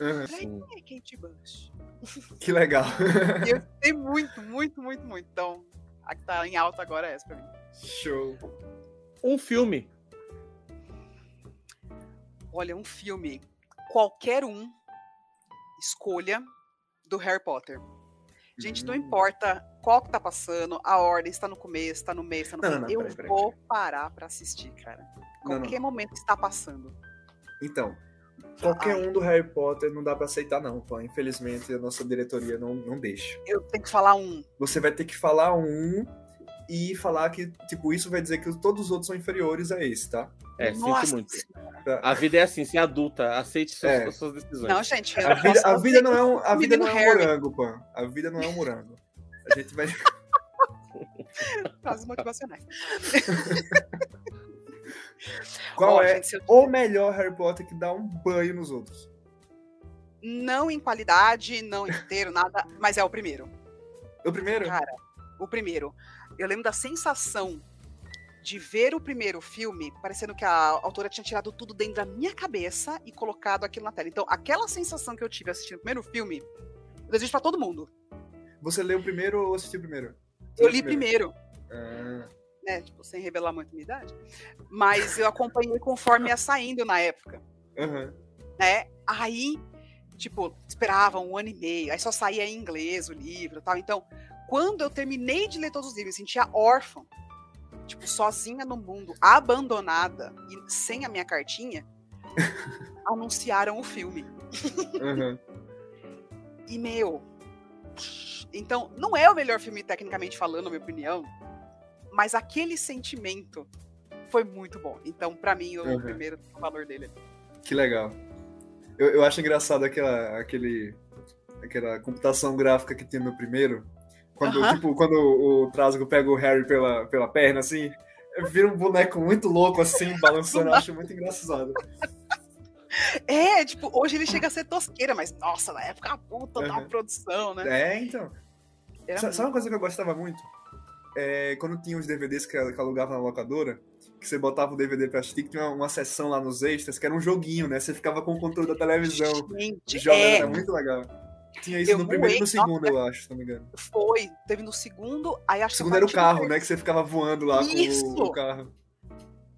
A: Aham.
B: Falei,
C: Sim.
B: é Kate Bush.
A: Uhum. Que legal.
B: E eu gostei muito, muito, muito, muito. Então, a que tá em alta agora é essa pra mim.
A: Show.
C: Um filme.
B: Olha, um filme. Qualquer um escolha do Harry Potter. Gente, não
A: Hum.
B: importa qual que tá passando, a ordem, está no começo, está no meio, está no
A: Não,
B: fim.
A: não, não,
B: eu
A: peraí, peraí,
B: vou parar pra assistir, cara.
A: Não, não.
B: Qualquer momento está passando.
A: Então, qualquer
B: Ai.
A: um do Harry Potter não dá pra aceitar não, Pan. Infelizmente a nossa diretoria não, não deixa.
B: Eu tenho que falar um.
A: Você vai ter que falar um e falar que, tipo, isso vai dizer que todos os outros são inferiores a esse, tá?
C: É, sinto
B: Nossa,
C: muito.
A: Pra-
C: A vida é assim, ser adulta, aceite suas,
A: É.
C: suas decisões.
B: Não, gente, eu
A: A vida,
B: posso
A: a vida não é um, a
B: o
A: vida não
B: menino
A: é um
B: Harry.
A: morango, Pan. A vida não é um morango. A gente vai.
B: frases motivacionais.
A: Qual
B: Ó,
A: é
B: gente, se eu-
A: o melhor Harry Potter que dá um banho nos outros?
B: Não em qualidade, não inteiro, nada, mas é o primeiro.
A: O primeiro?
B: Cara, O primeiro. Eu lembro da sensação de ver o primeiro filme, parecendo que a autora tinha tirado tudo dentro da minha cabeça e colocado aquilo na tela. Então, aquela sensação que eu tive assistindo o primeiro filme, eu desejo pra todo mundo.
A: Você leu primeiro ou assistiu primeiro?
B: Eu li primeiro.
A: Ah,
B: né? Tipo, sem revelar muito minha idade. Mas eu acompanhei conforme ia saindo na época.
A: aham.
B: né? Aí, tipo, esperava um ano e meio, aí só saía em inglês o livro e tal. Então, quando eu terminei de ler todos os livros, eu sentia órfã, tipo, sozinha no mundo, abandonada e sem a minha cartinha, anunciaram o filme.
A: aham.
B: E meu. Então, não é o melhor filme tecnicamente falando, na minha opinião, mas aquele sentimento foi muito bom. Então, pra mim, o
A: Uhum.
B: primeiro tem o valor dele.
A: Que legal. Eu, eu acho engraçado aquela, aquele, aquela computação gráfica que tinha no primeiro. Quando,
B: Aham.
A: tipo, quando o, o Trasgo pega o Harry pela, pela perna, assim, vira um boneco muito louco, assim, balançando. Eu acho muito engraçado.
B: É, tipo, hoje ele chega a ser tosqueira, mas nossa, na época a puta da
A: Uhum.
B: produção, né?
A: É, então.
B: Era
A: Sa-
B: É muito-
A: Sabe uma coisa que eu gostava muito? É, quando tinha os DVDs que, que alugava na locadora, que você botava o DVD pra assistir, que tinha uma, uma sessão lá nos extras, que era um joguinho, né? Você ficava com o controle da televisão.
B: Gente,
A: Jogando,
B: é, um
A: era muito legal. Tinha isso
B: Eu
A: no primeiro e no
B: voei,
A: segundo, eu acho, se não me engano.
B: foi. Teve no segundo, aí
A: O
B: acho
A: segundo
B: que.
A: era o carro, né? Que você ficava voando lá
B: Isso!
A: com o- o carro.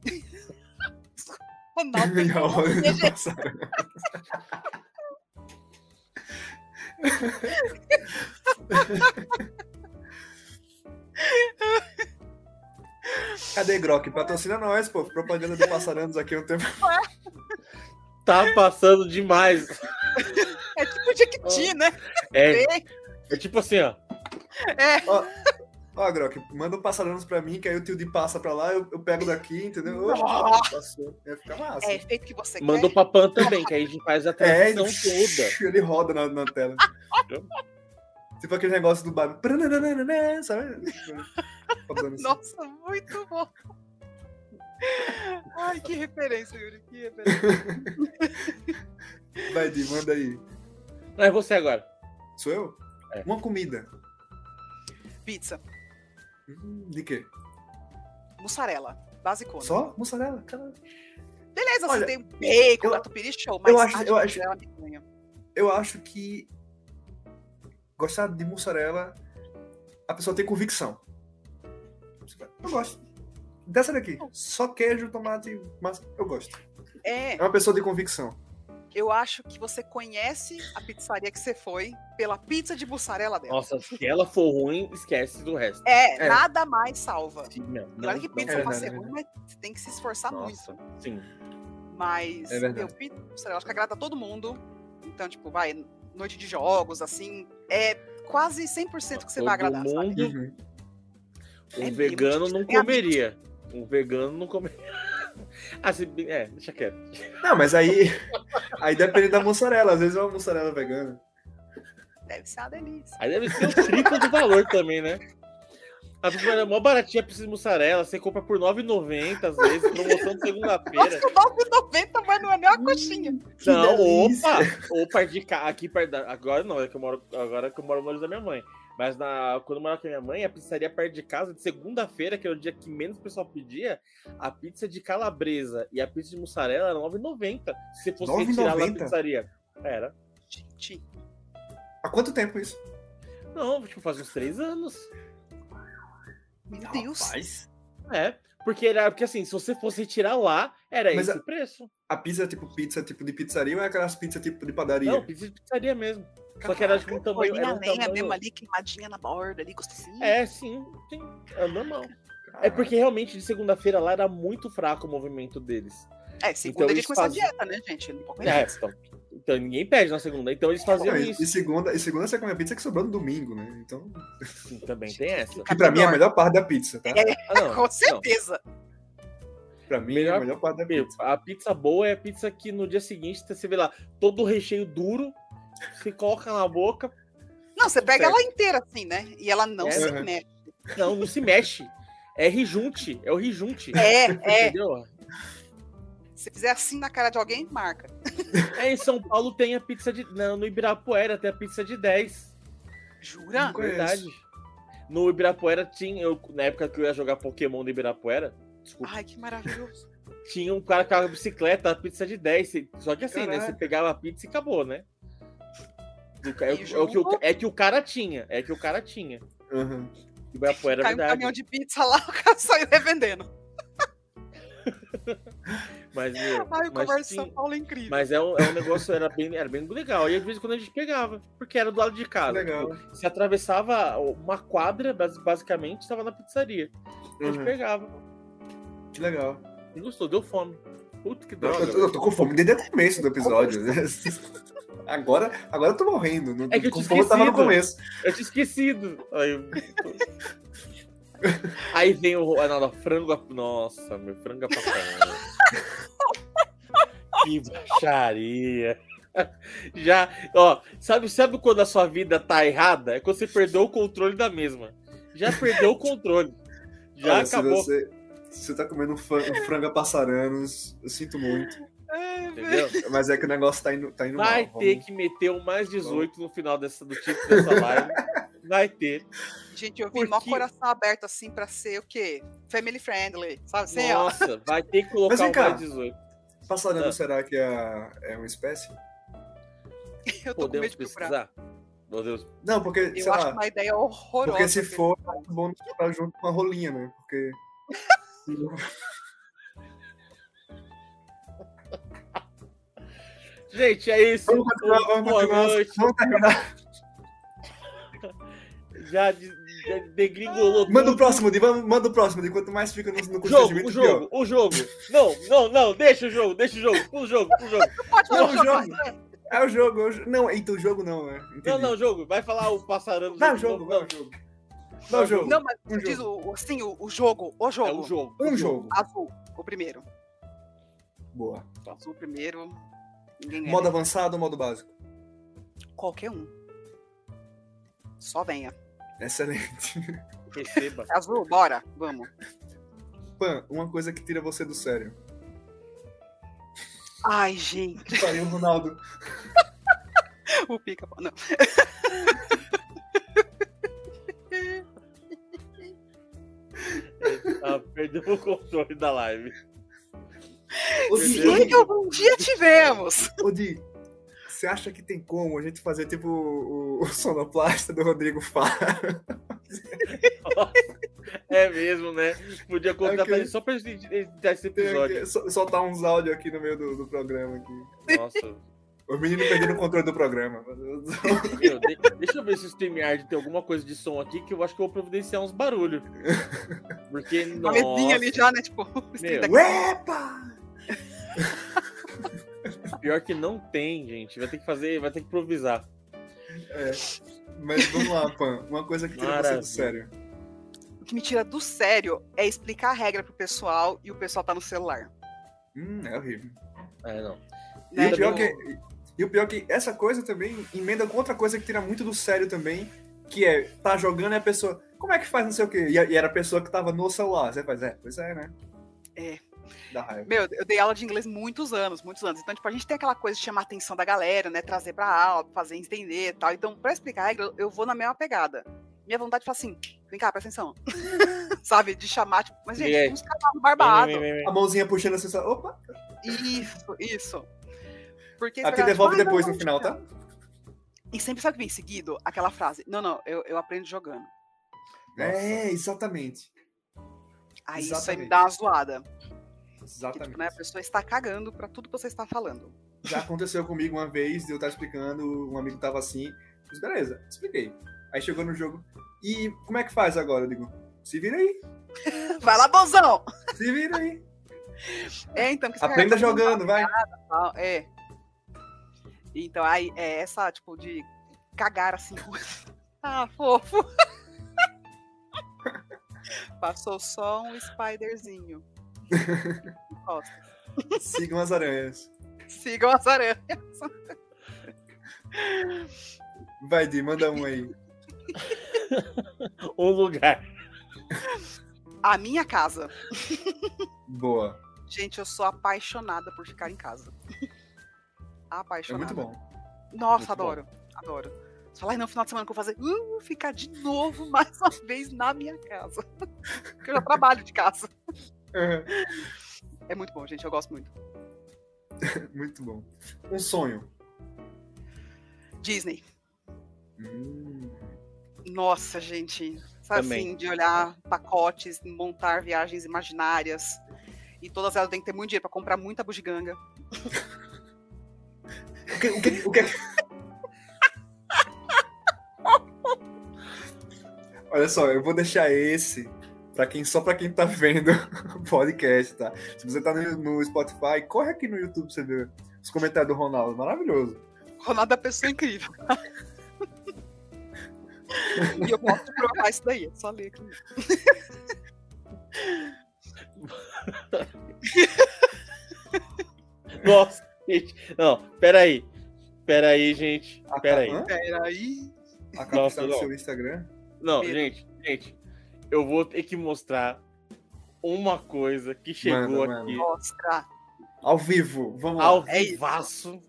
B: Ronaldo,
A: E a hora não
B: Não, né, gente,
A: passava. Cadê Grok? Patrocina nós, pô. Propaganda de passarandos aqui há um tempo.
C: Tá passando demais.
B: é tipo Jequiti, né?
C: É,
B: Bem,
C: é tipo assim, ó.
A: Ó, Grok, manda um passarandos pra mim, que aí o tio de passa pra lá, eu, eu pego daqui, entendeu? Oxe,
B: Nossa!
A: passou. Ia ficar massa.
B: É efeito que você
C: Mandou
B: quer.
C: pra Pan também, que aí a gente faz a
A: É,
C: transição
A: ele,
C: toda.
A: ele roda na, na tela. Tipo aquele negócio do bar. prananana, Sabe? Falando assim.
B: Nossa, muito bom. Ai, que referência, Yuri. Que referência.
A: Vai, Di, manda aí.
C: Não, é você agora.
A: Sou eu?
C: É.
A: Uma comida.
B: Pizza,
A: Hum, De quê?
B: mussarela, basicona.
A: Só? Mussarela? Caralho.
B: Beleza,
A: Olha,
B: você tem bacon,
A: eu-
B: catupiry, show, mas é
A: eu acho-
B: a de
A: eu acho-
B: mussarela me ganha.
A: Eu acho que gostar de mussarela, a pessoa tem convicção. Eu gosto. Dessa daqui. Só queijo, tomate, massa. Eu gosto.
B: É,
A: É uma pessoa de convicção.
B: eu acho que você conhece a pizzaria que você foi pela pizza de mussarela dela.
C: Nossa, se ela for ruim, esquece do resto.
B: É,
A: É.
B: nada mais salva.
C: Sim, não, não,
B: Claro que
C: não,
B: pizza
A: é
C: não.
B: pode
A: verdade, é
B: ser ruim, mas você tem que se esforçar muito.
C: Nossa, sim.
B: Mas
A: É verdade.
B: meu, pizza de mussarela acho que agrada todo mundo. Então, tipo, vai, noite de jogos, assim, é quase 100% que você
C: Todo
B: vai agradar, sabe?
C: mundo,
B: É
C: Um
B: mimo,
C: vegano não
B: tem amigos.
C: comeria. Um vegano não comeria. Ah, se bem- é, deixa quieto.
A: Não, mas aí. Aí depende da mussarela. Às vezes é uma mussarela vegana.
B: Deve ser uma delícia.
C: Aí deve ser o triplo do valor também, né? A pessoa é mó baratinha, precisa de mussarela. Você compra por R$ 9,90 às vezes, promoção de segunda-feira.
B: Nossa, 9,90, mas não é nem uma coxinha.
C: Hum.
A: Que
C: Não,
A: delícia.
C: opa! Opa, de cá, aqui perto da, Agora não, é que eu moro, agora que eu moro longe da minha mãe. Mas na, quando eu morava com a minha mãe, a pizzaria perto de casa, de segunda-feira, que era o dia que menos o pessoal pedia, a pizza de calabresa e a pizza de mussarela era 9,90. Se fosse retirar lá da
A: 9,90?
C: pizzaria. Era.
B: Gente,
A: Há quanto tempo isso?
C: Não, tipo, faz uns três anos.
B: meu Deus.
A: Rapaz.
C: É. Porque era. Porque assim, se você fosse retirar lá, era
A: Mas
C: esse
A: a-
C: o preço.
A: A pizza é tipo pizza tipo de pizzaria ou é aquelas pizzas tipo de padaria?
C: Não, pizza de pizzaria mesmo. Só que era tipo um tamanho.
B: Bolinha
C: Era um
B: lenha
C: tamanho...
B: mesmo ali, queimadinha na borda ali, gostosinha.
C: É, sim, sim. É normal. É porque realmente de segunda-feira lá era muito fraco o movimento deles.
B: É, segunda
C: Então,
B: a gente começou a
C: espaço.
B: dieta, né, gente? Não pode
C: É, então, então ninguém pede na segunda. Então eles faziam
A: Não, e, e
C: isso.
A: segunda, e segunda você come a pizza que sobrou no domingo, né? Então,
C: Sim, também tem essa.
A: que pra mim é a melhor parte da pizza, tá?
C: Ah, não,
B: Com certeza.
A: Pra mim é
C: Melhor-
A: a melhor parte da
C: não. Meu,
A: pizza.
C: a pizza boa é a pizza que no dia seguinte você vê lá todo o recheio duro, você coloca na boca,
B: Não, você pega
C: Certo.
B: ela inteira assim, né? E ela não
C: É,
B: se
A: uhum.
B: mexe.
C: não, não se mexe. É rijunte, é o rijunte.
B: É, é.
C: Entendeu?
B: Se fizer assim na cara de alguém, marca.
C: É, em São Paulo tem a pizza de. Não, no Ibirapuera tem a pizza de 10.
B: Jura?
C: Hum.
A: Nunca- Ah, Conheço.
C: Verdade. No Ibirapuera tinha, eu- na época que eu ia jogar Pokémon no Ibirapuera, desculpa,
B: Ai, que maravilhoso.
C: tinha um cara com a bicicleta, a pizza de 10. você- Só que assim, né? Você
A: Caraca.
C: pegava a pizza e acabou, né? Do ca- é, o-
B: E
C: é o que o,
B: junto?
C: é que o cara tinha. É que o cara tinha.
A: Aham.
C: Ibirapuera é
B: Caiu um
C: verdade.
B: caminhão de pizza lá, o cara saiu revendendo.
C: Mas, meu,
B: Ai, o
C: mas,
B: comércio de
C: tinha-
B: São Paulo é incrível.
C: mas é um, é um negócio, era bem, era bem legal. E às vezes quando a gente pegava, porque era do lado de casa.
A: Legal.
C: tipo, você atravessava uma quadra, bas- basicamente, estava na pizzaria. A gente
A: Uhum.
C: pegava.
A: Que legal.
C: Não gostou, deu fome. Puta que
A: Eu,
C: droga.
A: é eu tô- eu tô com fome desde o começo do episódio. né? agora, agora eu tô morrendo. Não,
C: É que eu
A: com
C: tinha
A: fome eu tava no
C: esquecido.
A: começo.
C: Eu tinha esquecido. Aí, eu- Aí vem o. Ah, não, não, frango. a- Nossa, meu frango a papanha. que baixaria. Já, ó, sabe, sabe quando a sua vida tá errada? É quando você perdeu o controle da mesma. Já perdeu o controle. Já
A: Olha, se
C: Ah, acabou,
A: você, se você tá comendo um, fran- um frango a passaranos, eu sinto muito.
B: É, velho.
C: entendeu?
A: Mas é que o negócio tá indo, tá indo
C: Vai
A: mal.
C: ter
A: Vamos-
C: que meter um mais 18 no final dessa, do título dessa live. Vai ter.
B: Gente, eu vi
C: Por
B: mó
C: quê?
B: coração aberto assim pra ser o quê? Family friendly, sabe? Assim, ó.
C: Nossa, vai ter que colocar
A: Mas vem
C: um
A: cá.
C: mais 18.
A: Passarano,
C: Ah.
A: será que é, é uma espécie?
B: Eu tô com medo
C: Podemos
B: de procurar.
C: pesquisar? Meu Deus.
A: Não, porque, sei
B: Eu acho
A: lá,
B: uma ideia horrorosa.
A: porque se
B: gente.
A: for, é bom misturar junto com a rolinha, né? Porque...
C: Gente, é isso.
A: Vamos continuar, vamos
C: Boa
A: continuar.
C: noite.
A: Vamos terminar.
C: Já, de, já degringolou.
A: Manda um o
C: tudo.
A: próximo, Di, vamos- manda o próximo, Di. Quanto mais fica no, é no
C: Jogo,
A: constrangimento,
C: o
A: pior.
C: jogo, o jogo. Não, não, não. Deixa o jogo, deixa o jogo. Pula o jogo, pula o jogo.
B: Pode falar,
A: Não,
B: pode falar.
A: É um jogo. É o jogo, é o jogo. Não, então o jogo não, é. Entendi.
C: Não, não, jogo. Vai falar o passarano.
A: Dá o
C: de
A: jogo,
C: novo.
A: dá o jogo. Dá o jogo.
B: Não, mas
A: Um
B: diz o, o- assim, o, o jogo, o
C: Não,
B: jogo.
C: é o jogo.
A: Um jogo.
B: Azul, o primeiro.
A: Boa.
C: Tá.
B: Azul, o primeiro. Ninguém ganha.
A: Modo avançado ou modo básico?
B: Qualquer um. Só venha.
A: Excelente.
C: Receba.
B: Azul, bora, vamos.
A: Pan, uma coisa que tira você do sério.
B: Ai, gente,
A: Falei o Ronaldo.
B: o pica. Não.
C: Ah, perdeu o controle da live.
A: Odi,
C: Meu
B: E que algum dia tivemos.
A: Odi, você acha que tem como a gente fazer tipo o, o sonoplasta do Rodrigo Faro?
C: É mesmo, né? Podia contratar
A: Ok.
C: ele só pra gente editar esse episódio.
A: Sol- Soltar uns áudios aqui no meio do, do programa. Aqui.
C: Nossa.
A: O menino perdendo o controle do programa.
C: Meu, de- deixa eu ver se o StreamYard tem alguma coisa de som aqui que eu acho que eu vou providenciar uns barulhos. Porque,
B: A mesinha ali
C: nossa,
B: já, né? Tipo, os
A: Tá
B: 30
A: Epa!
C: pior que não tem, gente. Vai ter que fazer, vai ter que improvisar.
A: Mas vamos lá, Pan. Uma coisa que tira você
C: Maravilha.
A: do sério.
B: O que me tira do sério é explicar a regra pro pessoal e o pessoal tá no celular.
A: Hum, é horrível.
C: É, não.
A: E
B: Né?
A: o,
C: é
A: pior
B: Tipo,
A: que, e o pior que essa coisa também emenda com outra coisa que tira muito do sério também, que é tá jogando e a pessoa, como é que faz não sei o quê? E, a- e era a pessoa que tava no celular. Você faz, é, pois é, né?
B: É.
A: Dá raiva.
B: Meu, eu dei aula de inglês muitos anos, muitos anos. Então, tipo, a gente tem aquela coisa de chamar a atenção da galera, né? Trazer pra aula, fazer entender e tal. Então, pra explicar a regra, eu vou na mesma pegada. Minha vontade é falar assim, vem cá, presta atenção. Sabe? De chamar, tipo, mas,
C: E
B: gente,
C: aí?
B: uns cavalos barbados.
C: Vem, vem, vem,
A: A mãozinha puxando assim, só, opa,
B: Isso, isso. Porque esse
A: aqui
B: negócio,
A: devolve
B: "Ah, não,
A: depois
B: não,
A: no final,
B: não".
A: tá?
B: E sempre sabe o que vem seguido? Aquela frase, não, não, eu, eu aprendo jogando.
C: vem.
A: É, exatamente.
B: Aí isso aí me
A: Exatamente.
B: dá uma zoada. Que, tipo,
A: Exatamente.
B: né, a pessoa está cagando pra tudo que você está falando.
A: Já aconteceu comigo uma vez, eu tava explicando, um amigo tava assim, mas beleza, expliquei. Aí chegou no jogo, e como é que faz agora? Eu digo, se vira aí,
B: Vai lá, bonzão!
A: se vira aí.
B: É, então, que esse cara
A: Aprenda
B: tá falando
A: jogando, vai.
B: tal, É. Então, aí, é essa, tipo, de cagar assim. com- ah, fofo! Passou só um spiderzinho. Nossa,
A: Sigam as aranhas.
B: sigam as aranhas.
A: Vai, Di, manda um aí.
C: Um lugar.
B: A minha casa.
A: Boa.
B: Gente, eu sou apaixonada por ficar em casa.
A: É
B: Apaixonada.
A: muito bom.
B: Nossa,
C: Muito bom.
B: adoro. Adoro. Você fala, ai, não, final de semana que eu vou fazer. Uh, ficar de novo mais uma vez na minha casa. Porque eu já trabalho de casa.
A: É,
B: É muito bom, gente. Eu gosto muito.
A: muito bom. Um sonho.
B: Disney.
A: Hum,
B: Nossa, gente. Sabe
C: Também.
B: assim, de olhar pacotes, montar viagens imaginárias. E todas elas têm que ter muito dinheiro pra comprar muita bugiganga.
A: O que, o que, o que... Olha só, eu vou deixar esse para quem só para quem tá vendo o podcast, tá? Se você tá no, no Spotify, corre aqui no YouTube pra você ver os comentários do Ronaldo, maravilhoso.
B: Ronaldo é uma pessoa incrível. e eu posso provar isso daí. É só ler aqui.
C: Nossa, gente. Não, peraí. Peraí, gente.
A: A
C: Peraí.
A: Capa,
B: Peraí.
A: a capa
C: Nossa,
A: está no
C: não.
A: seu Instagram.
C: Não,
B: Pedro.
C: gente, gente, eu vou ter que mostrar uma coisa que chegou
A: Manda,
C: aqui
B: Mostra.
A: Ao vivo, vamos lá.
C: ao
B: É isso.
C: vivaço.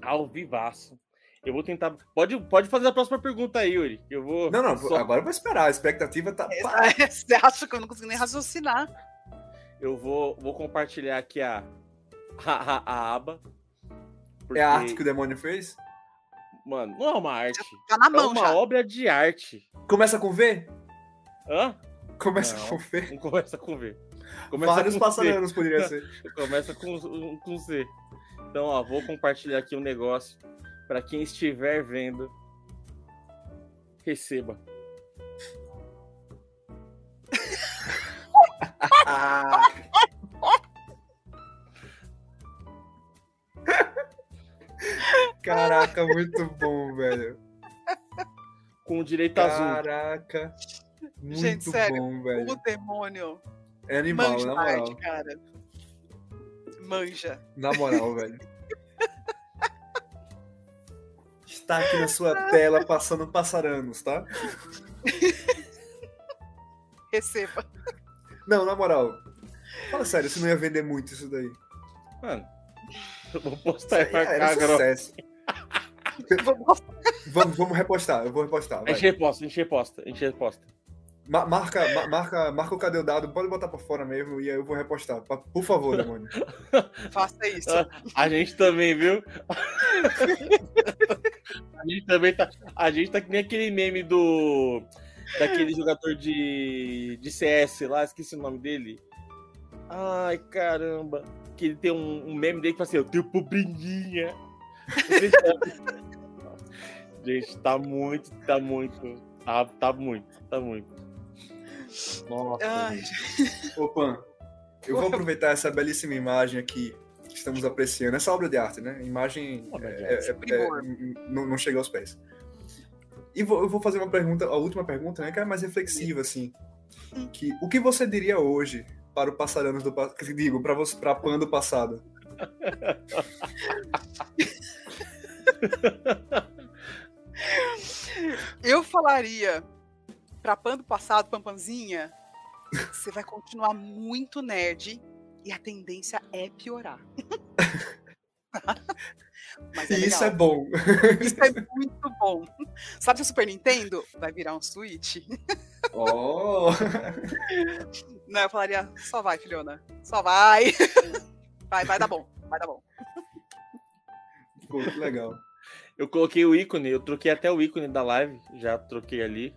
C: Ao vivaço. Eu vou tentar. Pode, pode fazer a próxima pergunta aí, Yuri. que Eu vou.
A: Não, não,
C: só- É,
A: agora eu vou esperar. A expectativa tá. pá,
B: é, Você acha que eu não consigo nem raciocinar?
C: Eu vou, vou compartilhar aqui a, a, a- a aba. porque,
A: É a arte que o demônio fez?
C: Mano, não é uma arte.
B: Tá na
C: É
B: mão
C: uma
B: já.
C: obra de arte.
A: Começa com V?
C: Hã?
A: Começa
C: Não.
A: com V.
C: Não começa com V. Começa
A: Vários
C: com C.
A: passarinhos poderia ser.
C: Começa com, um- com Z. Então, ó, vou compartilhar aqui um negócio. Pra quem estiver vendo, receba.
A: Ah, caraca, muito bom, velho.
C: Com direito Tá azul.
A: Caraca. Muito
B: Gente, sério,
A: bom, velho.
B: O demônio
A: É animal,
B: manja
A: na
B: a
A: moral.
B: arte, cara. Manja.
A: Na moral, velho. está aqui na sua tela passando passaranos, tá?
B: Receba.
A: Não, na moral. Fala sério, você não ia vender muito isso daí.
C: Mano, eu vou
A: Isso
C: postar
A: aí é
C: aí É, pra cá,
A: era um
C: Carol.
A: sucesso.
B: Vamos-
A: Vamos, vamos repostar, eu vou repostar.
C: A
A: vai.
C: gente reposta, a gente reposta, a gente reposta.
A: Ma- marca, ma- marca, marca o cadê o dado, pode botar pra fora mesmo e aí eu vou repostar. Pa- Por favor, demônio.
B: Faça isso.
C: A gente também, viu? a gente também tá. A gente tá que nem aquele meme do. Daquele jogador de, de CS lá, esqueci o nome dele. Ai, caramba. Que ele tem um, um meme dele que fala assim: Eu tenho pobringuinha. Vocês sabem. gente, tá muito, tá muito. Tá, tá muito, tá muito. Nossa.
B: Ai,
C: gente. tá
A: Opa, eu vou aproveitar essa belíssima imagem aqui que estamos apreciando. Essa obra de arte, né? Imagem
C: Obra de
A: é,
C: arte.
A: é-
B: Primor.
A: é, n- não, não chega aos pés. E vou- eu vou fazer uma pergunta, a última pergunta, né? Que é mais reflexiva, assim. Que, o que você diria hoje para o passaranos do passado? Digo, para você, para a Pan do passado.
B: Eu falaria pra Pan do passado, Pampanzinha, você vai continuar muito nerd e a tendência é piorar. Mas
A: e isso é
B: legal.
A: bom.
B: isso é muito bom. Sabe seu Super Nintendo? Vai virar um Switch?
A: Oh.
B: Não, eu falaria, só vai, filhona. Só vai. Vai, vai dar bom. Vai dar bom.
A: Pô, que legal.
C: Eu coloquei o ícone, eu troquei até o ícone da live, já troquei ali.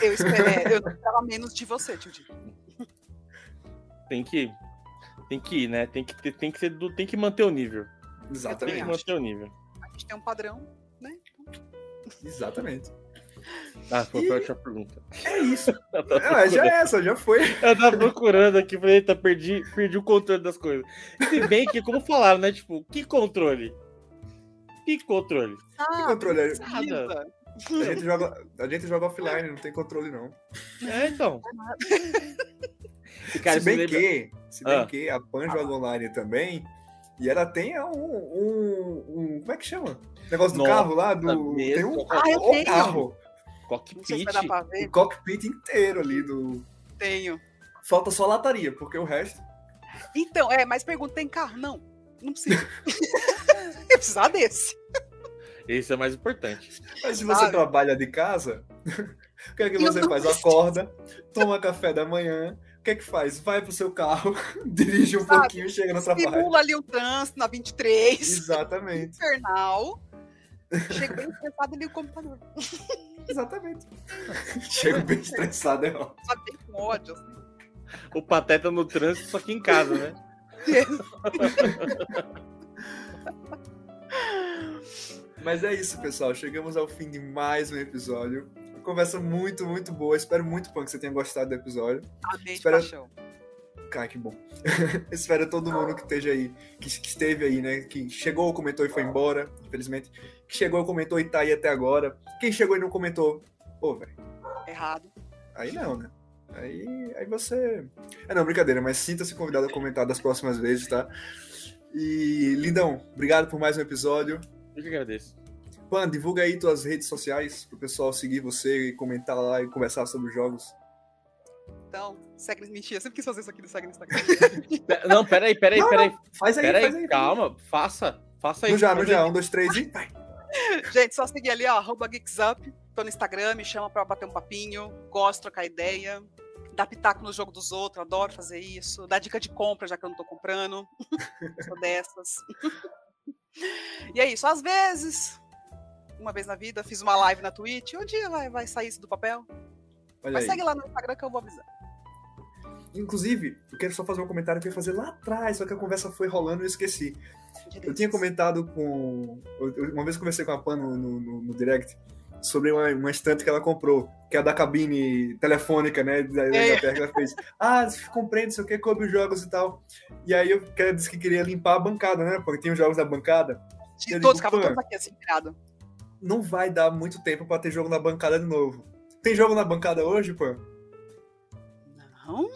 B: Eu esperava, eu esperava menos de você, Tio Di.
C: tem que tem que ir, né? Tem que ter- tem que ser do, tem que manter o nível. Tem que
A: Exatamente.
B: acho.
C: manter o nível.
B: A gente tem um padrão.
A: Exatamente.
C: Ah, foi foi a última pergunta.
A: É isso.
C: Eu tava,
A: Ah, já
C: procurando,
A: é essa, já foi.
C: eu tava procurando aqui, falei, eita, perdi, perdi o controle das coisas. Se bem que, como falaram, né? Tipo, que controle? Que controle?
B: Ah,
A: controle é-
B: precisa.
A: A gente joga, a gente joga offline, não tem controle, não.
C: É, então. E, cara,
A: se bem
C: você lembra-
A: que, se bem
C: Ah.
A: que a Pan joga online também, e ela tem um, um, um- como é que chama? Negócio do
C: Nossa,
A: carro lá, do,
C: mesmo.
A: tem um
B: Ah, eu
A: o
B: tenho.
A: carro,
B: Não
C: cockpit.
B: sei se vai dar pra ver.
A: o cockpit inteiro ali do,
B: Tenho.
A: falta só lataria, porque o resto,
B: Então, é, mas pergunta, tem carro? Não. Não precisa. eu precisava desse.
C: Esse é mais importante.
A: mas se você
B: Sabe?
A: trabalha de casa, o que é que
B: Eu
A: você
B: não
A: faz?
B: preciso.
A: Acorda, toma café da manhã, o que é que faz? Vai pro seu carro, dirige um
B: Sabe?
A: pouquinho, chega no trabalho.
B: Simula ali o trânsito na 23.
A: Exatamente,
B: Infernal. Chega bem estressado ali o computador.
A: exatamente. Chego bem estressado, é ótimo.
B: Sabe, bem com ódio. assim.
C: O pateta no trânsito, só que em casa, né?
A: Mas é isso, pessoal. Chegamos ao fim de mais um episódio. Uma conversa muito, muito boa. Espero muito, Pan, que você tenha gostado do episódio.
B: Amei de
A: Espera-
B: paixão.
A: Cara, que bom. Espero todo mundo que esteja aí, que, que esteve aí, né? Que chegou, comentou e foi embora, infelizmente. Que chegou, comentou e tá aí até agora. Quem chegou e não comentou, pô, velho,
B: Errado.
A: aí não, né? Aí, aí você. É não, brincadeira, mas sinta-se convidado a comentar das próximas vezes, tá? E, Lindão, obrigado por mais um episódio.
C: Eu que agradeço.
A: Pan, divulga aí tuas redes sociais pro pessoal seguir você e comentar lá e conversar sobre os jogos.
B: Então, segue mentira. Eu sempre quis fazer isso aqui do segue no Instagram.
C: Pe- Não, peraí, peraí,
A: Não,
C: peraí.
A: Faz aí, faz aí.
C: Peraí, calma, tá faça. Faça
A: No
C: isso.
A: já, no
C: faz
A: já. Um, dois, três e vai.
B: Gente, só seguir ali, ó, arroba GeeksUp. Tô no Instagram, me chama pra bater um papinho. Gosto, de trocar ideia. Dar pitaco no jogo dos outros, adoro fazer isso. Dar dica de compra, já que eu não tô comprando. Sou dessas. e é isso, às vezes, uma vez na vida, fiz uma live na Twitch. Um dia vai, vai sair isso do papel.
A: Olha
B: Mas
A: aí.
B: segue lá no Instagram que eu vou avisar.
A: Inclusive, eu quero só fazer um comentário que eu ia fazer lá atrás, só que a conversa foi rolando e eu esqueci. Eu
B: Direitos.
A: tinha comentado com. eu- eu- Uma vez eu conversei com a Pan no, no- no- no direct sobre uma, uma estante que ela comprou, que é a da cabine telefônica, né? Da, da
B: É.
A: Inglaterra, que ela fez. Ah, comprei, não sei o que, coube os jogos e tal. E aí eu que ela disse que queria limpar a bancada, né? Porque tinha os jogos da bancada.
B: De
A: eu
B: todos,
A: digo,
B: acabam
A: "Pô,
B: todos aqui assim, virado.
A: não vai dar muito tempo pra ter jogo na bancada de novo. Tem jogo na bancada hoje, pô?
B: Não?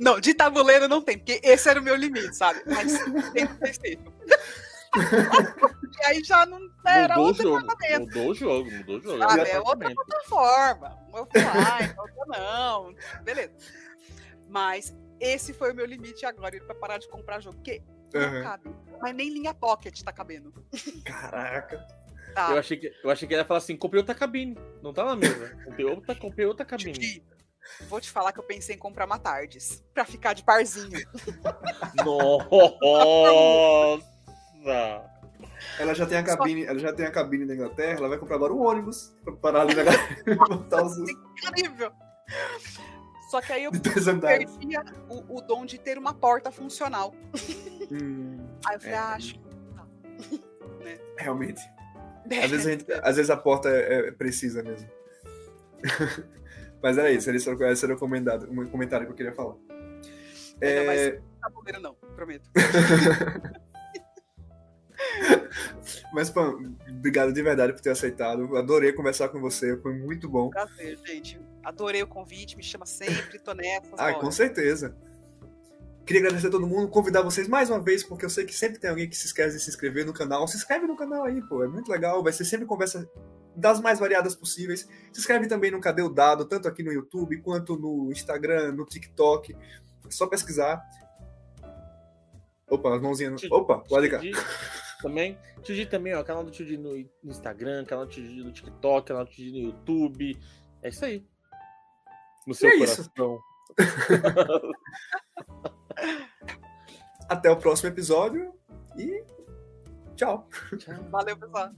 B: não, de tabuleiro não tem, porque esse era o meu limite, sabe? Mas tem no PlayStation. E aí já não Tá, era
C: mudou o
B: outro
C: jogo.
B: tratamento.
C: Mudou o jogo, mudou o jogo.
A: Ah,
B: Sabe,
C: era
B: é outra
C: tratamento.
B: plataforma. Uma eu fui lá, então outra não. Beleza. Mas esse foi o meu limite agora, pra parar de comprar jogo. Porque não
A: Aham.
B: cabe. Mas nem linha pocket tá cabendo.
A: Caraca.
B: Tá.
C: Eu achei, que, eu achei que ele ia falar assim: comprei outra cabine. Não tá na mesa. Comprei outra, comprei outra cabine.
B: Didi, Tipo Vou te falar que eu pensei em comprar uma Tardes pra ficar de parzinho.
C: Nossa!
A: Ela já tem a
B: Só-
A: cabine, ela já tem a cabine da Inglaterra, ela vai comprar agora um ônibus pra parar ali na botar os
B: Incrível! Só que aí eu
A: de três andares.
B: perdia o, o dom de ter uma porta funcional.
A: Hum,
B: Aí eu falei,
A: É.
B: ah, acho que
A: realmente. Às vezes, a gente- às vezes a porta é, é precisa mesmo. Mas era isso, era isso- esse era o comentário, um comentário que eu queria falar.
B: Não, mas-
A: É,
B: tabuleiro não, prometo.
A: Mas, Pam, obrigado de verdade por ter aceitado. Adorei conversar com você, foi muito bom.
B: Prazer, gente. Adorei o convite, me chama sempre, tô nessa.
A: Ah, com certeza. Queria agradecer a todo mundo, convidar vocês mais uma vez, porque eu sei que sempre tem alguém que se esquece de se inscrever no canal. Se inscreve no canal aí, pô, é muito legal. Vai ser sempre conversa das mais variadas possíveis. Se inscreve também no Cadê o Dado, tanto aqui no YouTube quanto no Instagram, no TikTok. É só pesquisar. Opa, as mãozinhas. no- Opa, pode cá.
C: Tio Di Tipo também. Tio Di também, ó. Canal do Tio Di no no Instagram, canal do Tio Di no TikTok, canal do Tio Di no YouTube. É isso aí. No seu
A: é isso.
C: coração.
A: Até o próximo episódio e tchau.
C: Tchau.
B: Valeu, pessoal.